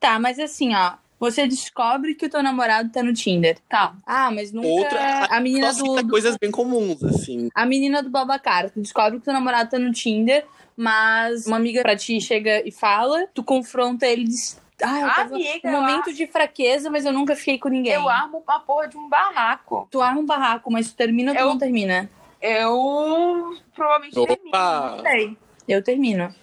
C: Tá, mas assim, ó. Você descobre que o teu namorado tá no Tinder.
E: Tá.
C: Ah, mas nunca.
B: Outra-
C: A menina
B: Só
C: do.
B: cita coisas bem comuns, assim.
C: A menina do Babacar. Tu descobre que teu namorado tá no Tinder, mas uma amiga pra ti chega e fala. Tu confronta ele e diz. Ah, eu tava
E: Amiga,
C: um
E: eu
C: momento de fraqueza, mas eu nunca fiquei com ninguém.
E: Eu armo uma porra de um barraco.
C: Tu arma um barraco, mas tu termina ou tu
E: Eu-
C: não termina?
E: Eu provavelmente
B: Opa!
E: termino. Não sei.
C: Eu termino.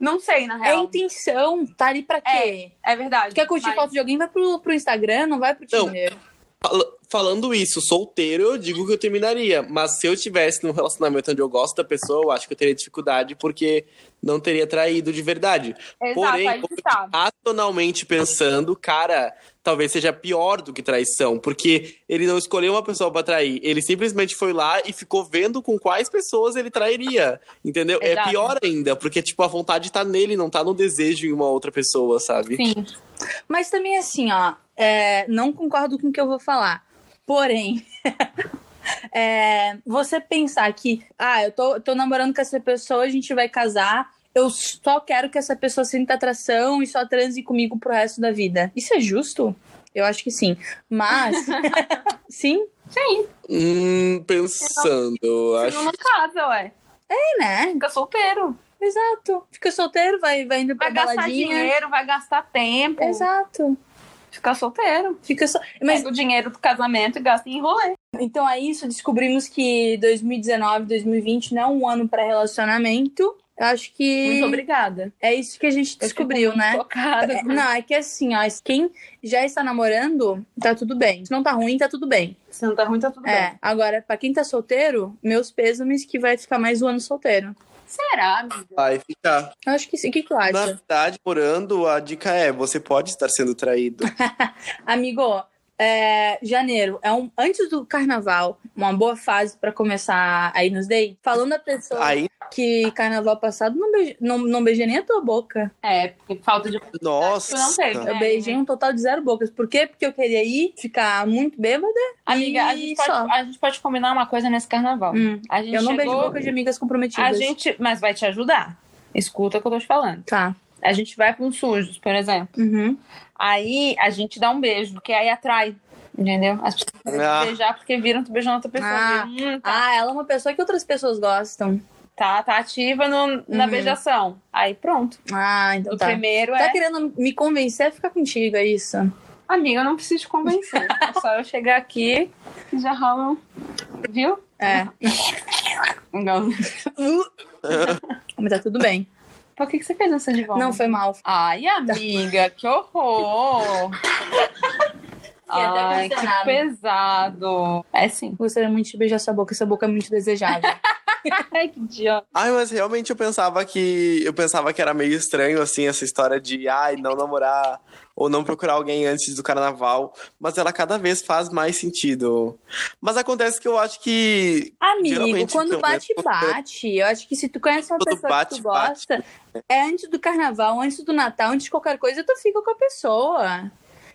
E: Não sei, na
C: É a
E: real.
C: intenção, tá ali pra quê?
E: É, verdade.
C: Tu quer curtir
E: Mas-
C: foto de alguém, vai pro, pro Instagram, não vai pro
B: Não.
C: Tinder.
B: Fal- Falando isso, solteiro, eu digo que eu terminaria. Mas se eu tivesse num relacionamento onde eu gosto da pessoa, eu acho que eu teria dificuldade, porque não teria traído de verdade.
E: Exato, aí
B: Porém,
E: que tá.
B: racionalmente pensando, cara, talvez seja pior do que traição, porque ele não escolheu uma pessoa pra trair, ele simplesmente foi lá e ficou vendo com quais pessoas ele trairia, entendeu?
E: Exato.
B: É pior ainda, porque tipo a vontade tá nele, não tá no desejo em uma outra pessoa, sabe?
E: Sim.
C: Mas também assim, ó, é, não concordo com o que eu vou falar. Porém, é, você pensar que, ah, eu tô, eu tô namorando com essa pessoa, a gente vai casar, eu só quero que essa pessoa sinta atração e só transe comigo pro resto da vida. Isso é justo? Eu acho que sim. Mas, sim,
B: Hum, pensando,
E: Você
B: acho.
E: não casa, ué.
C: né?
E: Fica solteiro.
C: Exato. Fica solteiro, vai, vai indo pra
E: Vai gastar
C: baladinha.
E: dinheiro, vai gastar tempo.
C: Exato.
E: Fica solteiro.
C: Fica só. Mas
E: Mas... Pega o dinheiro do casamento e gasta em rolê.
C: Então é isso, descobrimos que 2019, 2020 não é um ano para relacionamento. Eu acho
E: Muito
C: que
E: obrigada.
C: é isso que a gente
E: Eu fico
C: descobriu,
E: muito
C: né?
E: Tocada.
C: É, Não, é que assim, ó, quem já está namorando, tá tudo bem. Se não tá ruim, tá tudo bem.
E: Se não tá ruim, tá tudo bem.
C: É, agora, pra quem tá solteiro, meus pêsames que vai ficar mais um ano solteiro.
E: Será, amiga?
B: Vai ficar.
C: Eu acho que sim. O que, que tu acha?
B: Na verdade, morando, a dica é: você pode estar sendo traído.
C: Amigo, é, janeiro é um antes do carnaval, uma boa fase para começar aí nos dates. Falando a pessoa
B: Aí,
C: que carnaval passado não beijei, não, não beijei nem a tua boca.
E: É, porque falta de.
B: nossa.
E: Não teve, né?
C: Eu beijei um total de zero bocas. Por quê? Porque eu queria ir, ficar muito bêbada.
E: Amiga, a gente, pode,
C: só.
E: a gente pode combinar uma coisa nesse carnaval.
C: Hum,
E: A gente
C: eu não beijo
E: chegou,
C: boca de amigas comprometidas.
E: A gente, mas vai te ajudar. Escuta o que eu tô te falando.
C: Tá.
E: A gente vai para uns sujos, por exemplo.
C: Uhum.
E: Aí a gente dá um beijo, porque aí atrai. Entendeu? As pessoas querem
B: Ah.
E: te beijar porque viram tu beijando outra pessoa.
C: Ah.
E: Viram, "Hum,
C: Ah, ela é uma pessoa que outras pessoas gostam.
E: tá, tá ativa no- na
C: Uhum.
E: beijação. Aí pronto.
C: Ah, então
E: O
C: tá.
E: primeiro
C: Tá
E: é.
C: querendo me convencer a ficar contigo, é isso?
E: Amiga, eu não preciso te convencer. é só eu chegar aqui e já rola. um- Viu?
C: É.
E: Não.
C: Mas tá tudo bem.
E: Por que, que você fez essa de volta?
C: Não, foi mal.
E: Ai, amiga, que horror!
C: é
E: Ai,
C: até
E: que
C: emocionada.
E: pesado. É sim.
C: Gostaria muito de beijar sua boca, essa boca é muito desejável.
E: Ai, que idiota.
B: Ai, mas realmente eu pensava que. Eu pensava que era meio estranho, assim, essa história de ai, não namorar ou não procurar alguém antes do carnaval. Mas ela cada vez faz mais sentido. Mas acontece que eu acho que.
C: Amigo,
B: Geralmente,
C: quando
B: então,
C: bate,
B: né?
C: bate. Eu acho que se tu conhece uma
B: Quando
C: pessoa que
B: bate, né?
C: tu gosta, é antes do carnaval, antes do Natal, antes de qualquer coisa, tu fica com a pessoa.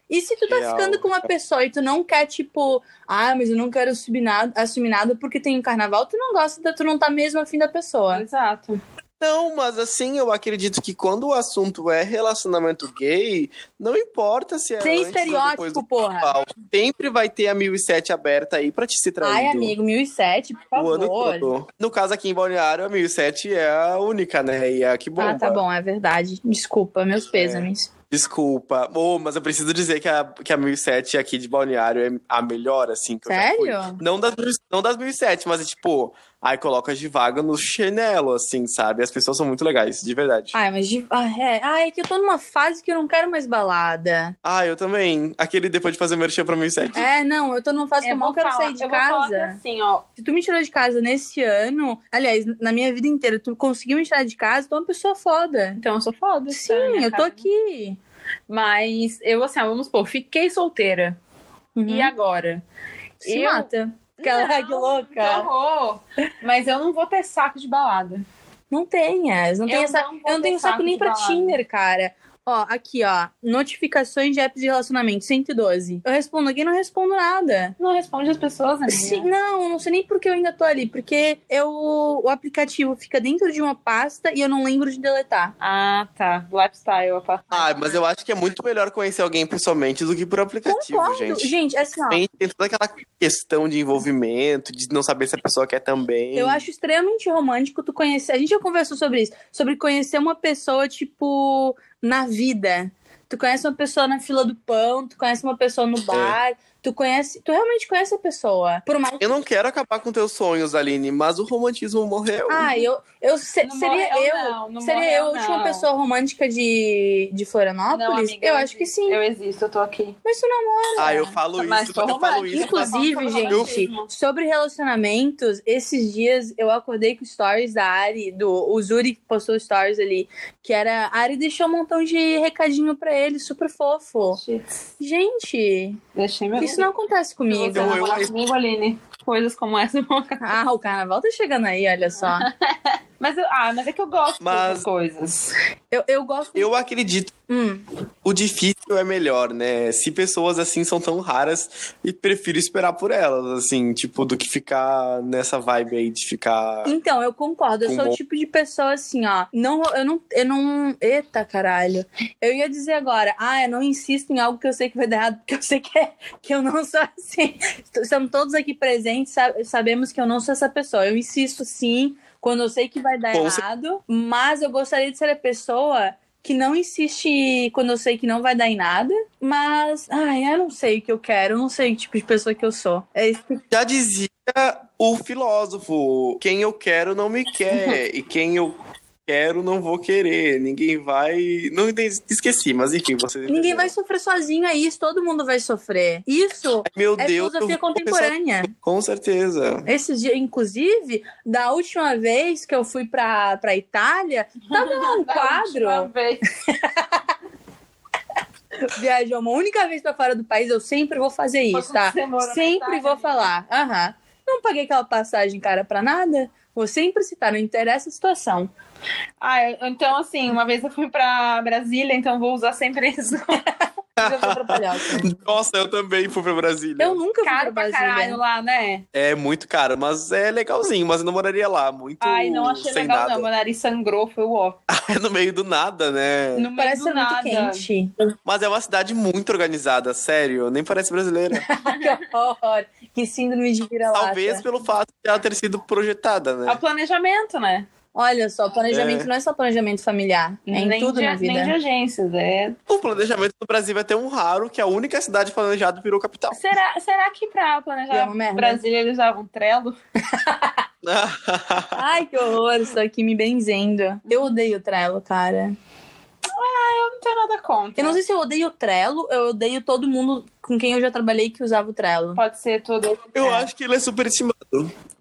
C: E se tu tá
B: Real,
C: ficando com uma pessoa e tu não quer, tipo, ah, mas eu não quero assumir nada, assumir nada porque tem um carnaval, tu não gosta, da- tu não tá mesmo afim da pessoa.
E: Exato.
B: Não, mas assim, eu acredito que quando o assunto é relacionamento gay, não importa se é. antes
C: Sem
B: ou depois do
C: estereótipo, porra.
B: carnaval. Sempre vai ter a 1007 aberta aí pra te se trair.
C: Ai, amigo, 1007, por
B: O ano
C: favor.
B: todo. No caso aqui em Balneário, a 1007 é a única, né? E é a que bomba.
C: Ah, tá bom, é verdade. Desculpa,
B: é,
C: meus pêsames.
B: Desculpa. Ô, mas eu preciso dizer que a, que a 1007 aqui de Balneário é a melhor, assim, que eu já fui.
C: Sério?
B: Não das, não das 1007, mas é tipo, aí coloca de vaga no chinelo, assim, sabe? As pessoas são muito legais, de verdade.
C: Ai, mas de... ah, é. Ai, é que eu tô numa fase que eu não quero mais balada.
B: Ah, eu também. Aquele depois de fazer merchan pra 1007.
C: É, não, eu tô numa fase que eu
E: vou
C: mal quero
E: falar-
C: sair de
E: eu vou falar que
C: casa.
E: assim, ó.
C: Se tu me tirou de casa nesse ano, aliás, na minha vida inteira, tu conseguiu me tirar de casa, tu é uma pessoa foda.
E: Então eu sou foda.
C: Sim,
E: tá na minha
C: eu tô
E: casa.
C: aqui.
E: Mas eu, assim, ó, vamos supor, fiquei solteira. E
C: E a...
E: agora?
C: Uhum. Se
E: eu-
C: mata. Aquela que louca.
E: horror! Mas eu não vou ter saco de balada.
C: Não tenhas, não
E: Eu
C: tem essa.
E: não vou
C: Eu não tenho
E: ter
C: saco
E: saco
C: nem
E: de
C: pra
E: balada.
C: Tinder, cara. Ó, aqui, ó. Notificações de apps de relacionamento, 112. Eu respondo aqui e não respondo nada.
E: Não responde as pessoas, amiga.
C: Sim, não, não sei nem por que eu ainda tô ali, porque eu, o aplicativo fica dentro de uma pasta e eu não lembro de deletar.
E: Ah, tá. Lifestyle, apartamento.
B: Ah, mas eu acho que é muito melhor conhecer alguém pessoalmente do que por aplicativo,
C: Concordo,
B: gente.
C: gente, assim, ó.
B: Tem, tem toda aquela questão de envolvimento, de não saber se a pessoa quer também.
C: Eu acho extremamente romântico tu conhecer. A gente já conversou sobre isso, sobre conhecer uma pessoa, tipo, na vida. Tu conhece uma pessoa na fila do pão, tu conhece uma pessoa
B: É.
C: no bar, tu conhece. Tu realmente conhece a pessoa. Por mais.
B: Eu não quero acabar com teus sonhos, Aline, mas o romantismo morreu.
C: Ah, eu. eu se-
E: Não
C: seria
E: morreu,
C: eu.
E: não, não
C: seria
E: morreu,
C: eu a última
E: não.
C: pessoa romântica de, de Florianópolis?
E: Não, amiga,
C: Ah, eu acho que
E: existo.
C: sim.
E: Eu existo, eu tô aqui.
C: Mas tu não.
B: Ah, eu falo
E: Mas
B: isso,
E: tô
B: eu né? falo
E: romântica.
B: isso. mas-
C: Inclusive,
E: Eu-
C: gente, sobre relacionamentos, esses dias eu acordei com stories da Ari, do o Zuri que postou stories ali, que era a Ari deixou um montão de recadinho pra ele, super fofo. Gente,
E: Deixei meu
C: isso não acontece comigo.
B: Então Eu- eu-
E: comigo, Aline. Coisas como essa não acontecem.
C: Ah, o carnaval tá chegando aí, olha só.
E: Mas, eu- ah, mas é que eu gosto
B: Mas-
E: dessas coisas.
C: Eu, eu gosto.
B: Eu acredito que
C: Hum,
B: o difícil é melhor, né? Se pessoas assim são tão raras e prefiro esperar por elas, assim, tipo, do que ficar nessa vibe aí de ficar.
C: Então, eu concordo. Eu
B: Com
C: sou o
B: bom-
C: tipo de pessoa assim, ó. Não, eu não. Eu não. Eita, caralho. Eu ia dizer agora, ah, eu não insisto em algo que eu sei que vai dar errado, porque eu sei que, é, que eu não sou assim. Estamos todos aqui presentes, sa- sabemos que eu não sou essa pessoa. Eu insisto sim, quando eu sei que vai dar
B: Com cer-
C: errado, mas eu gostaria de ser a pessoa que não insiste quando eu sei que não vai dar em nada, mas, ai, eu não sei o que eu quero, eu não sei que tipo de pessoa que eu sou. É isso que
B: Já dizia o filósofo: quem eu quero não me quer, e quem eu quero não vou querer. Ninguém vai. Não entendi- esqueci, mas enfim, vocês.
C: Ninguém
B: entenderam.
C: vai sofrer sozinho, é isso. Todo mundo vai sofrer. Isso
B: Meu
C: é
B: Deus, eu
C: filosofia
B: vou começar-
C: contemporânea.
B: Com certeza.
C: Esses dias, inclusive, da última vez que eu fui pra, pra Itália, tava lá um quadro. Viajou uma única vez pra fora do país, eu sempre vou fazer isso, tá? Sempre vou falar. Aham. Não paguei aquela passagem, cara, pra nada. Vou sempre citar, não interessa a situação.
E: Ah, eu- então assim, uma vez eu fui pra Brasília, então vou usar sempre isso.
F: Eu tô atrapalhada.
B: Nossa, eu também fui pra Brasília.
C: Eu nunca fui
E: Caro
C: pra
E: pra
C: Brasília.
E: caralho lá, né?
B: É muito caro, mas é legalzinho, mas eu não moraria lá. Muito
E: Ai, não achei
B: Hum, sem
E: legal,
B: nada.
E: não. Meu nariz sangrou, foi o ó.
B: É no meio do nada, né?
E: Não
C: Parece ser muito quente.
B: Mas é uma cidade muito organizada, sério. Nem parece brasileira.
C: Que horror. Que síndrome de vira-lata.
B: Talvez pelo fato de ela ter sido projetada,
E: É
B: né?
E: o planejamento, né?
C: Olha só, planejamento
B: É.
C: não é só planejamento familiar. É em
E: nem
C: tudo
E: de,
C: na vida.
E: Nem de agências, é
B: O planejamento do Brasil é tão raro que a única cidade planejada virou capital.
E: Será, será que pra
C: É
E: planejar
C: uma merda.
E: Brasília eles usavam Trello?
C: Ai, que horror. Isso aqui me benzendo. Eu odeio Trello, cara.
E: Não tem nada contra.
C: Eu não sei se eu odeio o Trello, eu odeio todo mundo com quem eu já trabalhei que usava o Trello.
E: Pode ser tudo.
B: eu acho que ele é superestimado.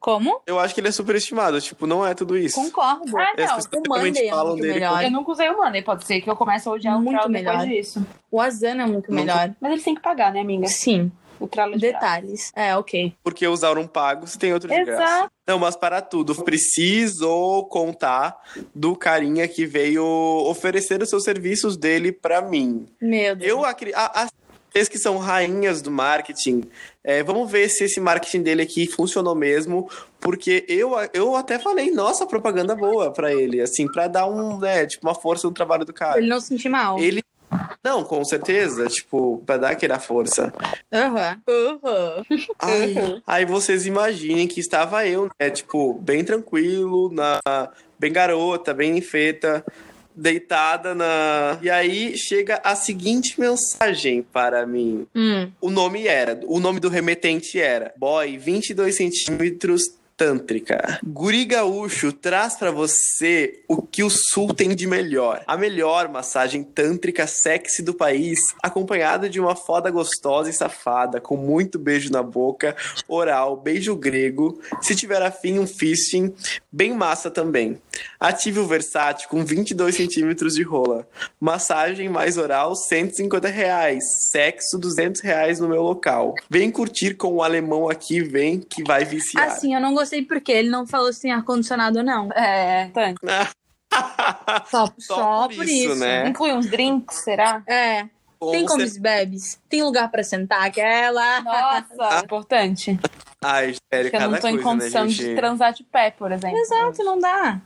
C: Como?
B: Eu acho que ele é superestimado. Tipo, não é tudo isso.
C: Concordo.
E: Ah,
B: As
E: não.
B: pessoas
C: O
B: realmente
C: Monday é
B: falam
C: muito
B: dele.
C: melhor.
E: Eu nunca usei o Monday, pode ser que eu comece a odiar
C: Muito
E: o Trello
C: melhor.
E: depois disso.
C: O Asana é muito
B: Nunca-
C: melhor.
E: Mas eles têm que pagar, né, amiga?
C: Sim.
E: O Trello é de graça.
C: Detalhes. É, ok.
B: como- Porque usar um pago, se tem outro de graça.
E: Exato.
B: Não, mas para tudo, preciso contar do carinha que veio oferecer os seus serviços dele para mim.
C: Meu Deus.
B: Eu acredito. Vocês que são rainhas do marketing, é, vamos ver se esse marketing dele aqui funcionou mesmo, porque eu, a- eu até falei, nossa, propaganda boa para ele, assim, para dar um, né, tipo, uma força no trabalho do cara.
C: Ele não se sentir mal.
B: Ele. Não, com certeza, tipo, pra dar aquela força.
C: Aham. Uhum. Aham.
B: Ai, aí vocês imaginem que estava eu, né? Tipo, bem tranquilo, na, bem garota, bem feita, deitada na. E aí chega a seguinte mensagem para mim.
C: Hum.
B: O nome era, o nome do remetente era Boy 22 centímetros Tântrica. Guri Gaúcho traz pra você o que o Sul tem de melhor. A melhor massagem tântrica sexy do país, acompanhada de uma foda gostosa e safada, com muito beijo na boca, oral, beijo grego, se tiver afim, um fisting, bem massa também. Ative o versátil com 22 centímetros de rola. Massagem mais oral, R$ 150 reais. Sexo, R$ 200 reais no meu local. Vem curtir com o alemão aqui, vem, que vai viciar.
C: Assim, eu não gostei porque ele não falou se tem ar-condicionado ou não.
E: É, tanto.
C: Só,
B: Só por isso, né?
E: Inclui uns drinks, será?
C: É.
B: Com
C: tem como
B: cer-
C: se bebes? Tem lugar pra sentar? Aquela.
E: Nossa, Ah, importante.
B: Ai, sério,
E: Porque eu
B: É, cada
E: não tô em
B: coisa,
E: condição
B: né,
E: de
B: gente?
E: transar de pé, por exemplo.
C: Exato, não dá.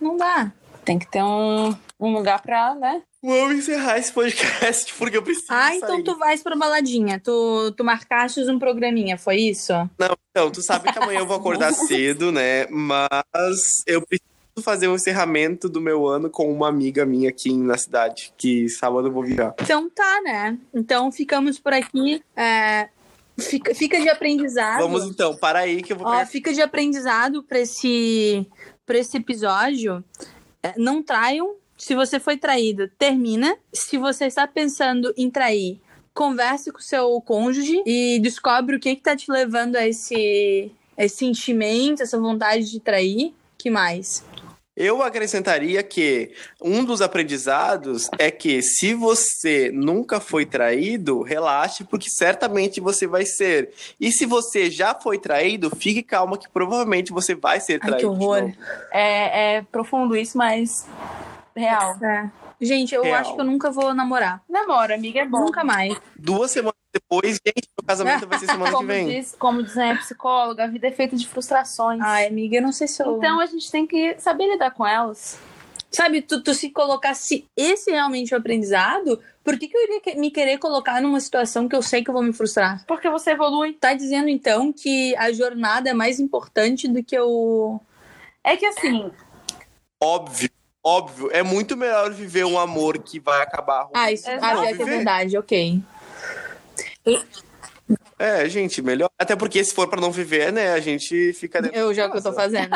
C: Não dá.
E: Tem que ter um, um lugar pra, né?
B: Vamos encerrar esse podcast, porque eu preciso
C: Ah,
B: sair.
C: então tu vais pra baladinha. Tu, tu marcaste um programinha, foi isso?
B: Então, tu sabe que amanhã eu vou acordar cedo, né? Mas eu preciso fazer o encerramento do meu ano com uma amiga minha aqui na cidade, que sábado eu vou virar.
C: Então tá, né? Então ficamos por aqui. é, fica, fica de aprendizado.
B: Vamos então, para aí que eu vou
C: Ó,
B: pegar...
C: fica de aprendizado pra esse, pra esse episódio. É, Não traiam. Se você foi traído, termina. Se você está pensando em trair, converse com seu cônjuge e descobre o que está te levando a esse, esse sentimento, essa vontade de trair. Que mais?
B: Eu acrescentaria que um dos aprendizados é que se você nunca foi traído, relaxe, porque certamente você vai ser. E se você já foi traído, fique calma que provavelmente você vai ser
C: Ai,
B: traído.
C: que
B: de
C: horror.
B: novo.
E: É, é profundo isso, mas real.
C: É. Gente, eu
B: Real.
C: acho que eu nunca vou namorar.
E: Namora, amiga, é bom.
C: Nunca mais.
B: Duas semanas depois, gente, meu casamento vai ser semana que
E: Como,
B: vem.
E: diz, como diz a minha psicóloga, a vida é feita de frustrações.
C: Ai, amiga, eu não sei se eu.
E: Então a gente tem que saber lidar com elas.
C: Sabe, tu, tu se colocasse esse realmente é o aprendizado, por que, que eu iria que- me querer colocar numa situação que eu sei que eu vou me frustrar?
E: Porque você evolui.
C: Tá dizendo então que a jornada é mais importante do que o.
E: É que assim,
B: Óbvio, óbvio. É muito melhor viver um amor que vai acabar. ruim.
C: Ah, isso ah,
E: Exato.
C: pior que é verdade, ok.
B: É, gente, melhor. Até porque se for pra não viver, né, a gente fica dentro.
C: Eu já que eu tô fazendo.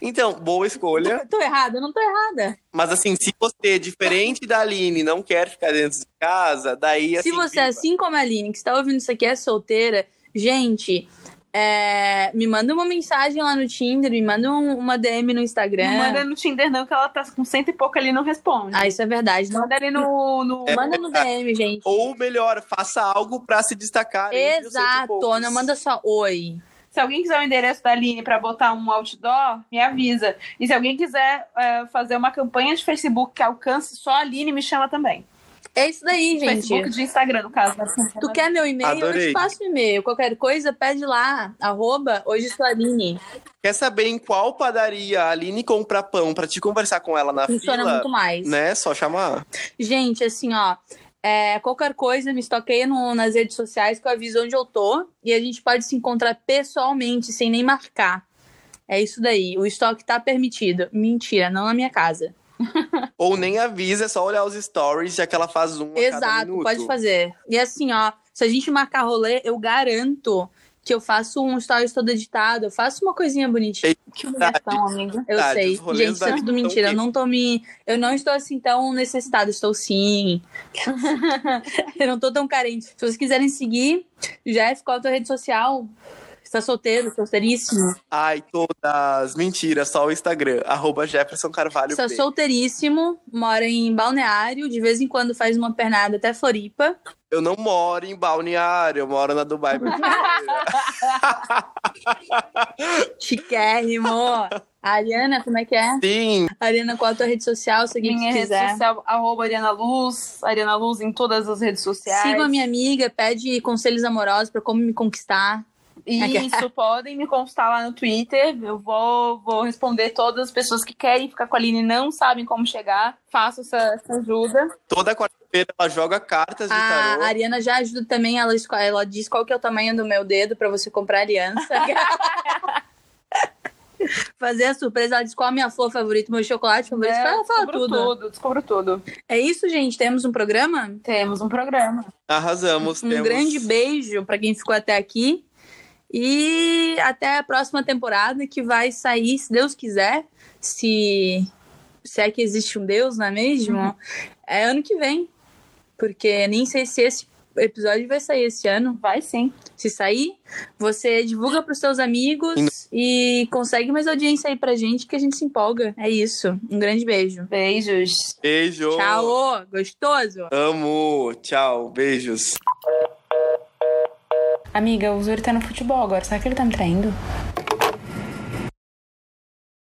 B: então, boa escolha.
E: É.
C: tô errada, eu não tô errada.
B: Mas assim, se você, diferente da Aline, não quer ficar dentro de casa, daí assim.
C: Se você,
B: viva.
C: assim como a Aline, que está ouvindo isso aqui, é solteira, gente, é, me manda uma mensagem lá no Tinder, me manda um- uma DM no Instagram.
E: não manda no Tinder, não, que ela tá com cento e pouco ali e não responde.
C: Ah, isso é verdade. Não,
E: Manda ali no. no...
B: É.
C: manda no DM, gente.
B: Ou melhor, faça algo pra se destacar. entre os cento e
C: Exato,
B: poucos.
C: não manda só oi.
E: Se alguém quiser o endereço da Aline pra botar um outdoor, me avisa. E se alguém quiser é, fazer uma campanha de Facebook que alcance só a Aline, me chama também.
C: É isso daí, gente.
E: Facebook de Instagram, no caso. né?
C: Tu quer meu e-mail? Eu
B: Adorei.
C: te passo o e-mail. Qualquer coisa, pede lá. Arroba hoje sou Aline.
B: Quer saber em qual padaria a Aline compra pão pra te conversar com ela na
C: Funciona
B: fila?
C: muito mais.
B: Né? Só chamar.
C: Gente, assim, ó. é, qualquer coisa, me estoqueia no- nas redes sociais que eu aviso onde eu tô. E a gente pode se encontrar pessoalmente, sem nem marcar. É isso daí. O estoque tá permitido. Mentira, não na minha casa.
B: Ou nem avisa, é só olhar os stories, já que ela faz um a cada
C: Exato,
B: minuto.
C: pode fazer. E assim, ó, se a gente marcar rolê, eu garanto que eu faço um stories todo editado, eu faço uma coisinha bonitinha.
E: Que humilhação, amiga.
C: Eu
B: verdade,
C: sei.
B: os rolês
C: Gente,
B: da
C: isso é
B: vida
C: tudo
B: são
C: mentira. Eu
B: quê?
C: não tô me. Eu não estou assim tão necessitada, estou sim. eu não tô tão carente. Se vocês quiserem seguir, Jeff, qual a tua rede social? Está solteiro, solteiríssimo?
B: Ai, todas. Mentira, só o Instagram. Arroba Jefferson Carvalho
C: Está
B: P.
C: solteiríssimo, mora em balneário, de vez em quando faz uma pernada até Floripa.
B: Eu não moro em Balneário, eu moro na Dubai brasileira.
C: Chiquérrimo! Ariana, como é que é?
B: Sim,
C: Ariana, qual é a tua rede social? Se alguém
E: Minha rede
C: quiser.
E: social, arroba Ariana Luz, Ariana Luz em todas as redes sociais.
C: Sigam a minha amiga, pede conselhos amorosos pra como me conquistar.
E: Isso, podem me consultar lá no Twitter. Eu vou, vou responder todas as pessoas que querem ficar com a Aline e não sabem como chegar. Faço essa, essa ajuda.
B: toda quarta-feira ela joga cartas de
C: A
B: tarô.
C: Ariana já ajuda também, ela, esco- ela diz qual que é o tamanho do meu dedo pra você comprar aliança. Fazer a surpresa, ela diz qual a minha flor favorita, meu chocolate favorito.
E: É,
C: ela fala
E: descubro
C: tudo.
E: tudo. Descubro tudo.
C: É isso, gente. Temos um programa?
E: Temos um programa.
B: Arrasamos.
C: Um
B: temos-
C: grande beijo pra quem ficou até aqui. E até a próxima temporada que vai sair, se Deus quiser, se, se é que existe um Deus, não é mesmo?
E: Uhum.
C: É ano que vem. Porque nem sei se esse episódio vai sair esse ano.
E: Vai sim.
C: Se sair, você divulga pros seus amigos e consegue mais audiência aí pra gente que a gente se empolga. É isso. Um grande beijo.
E: Beijos.
B: Beijo.
C: Tchau, ô, gostoso.
B: Amo. Tchau. Beijos.
E: Amiga, o Zuri tá no futebol agora. Será que ele tá me traindo?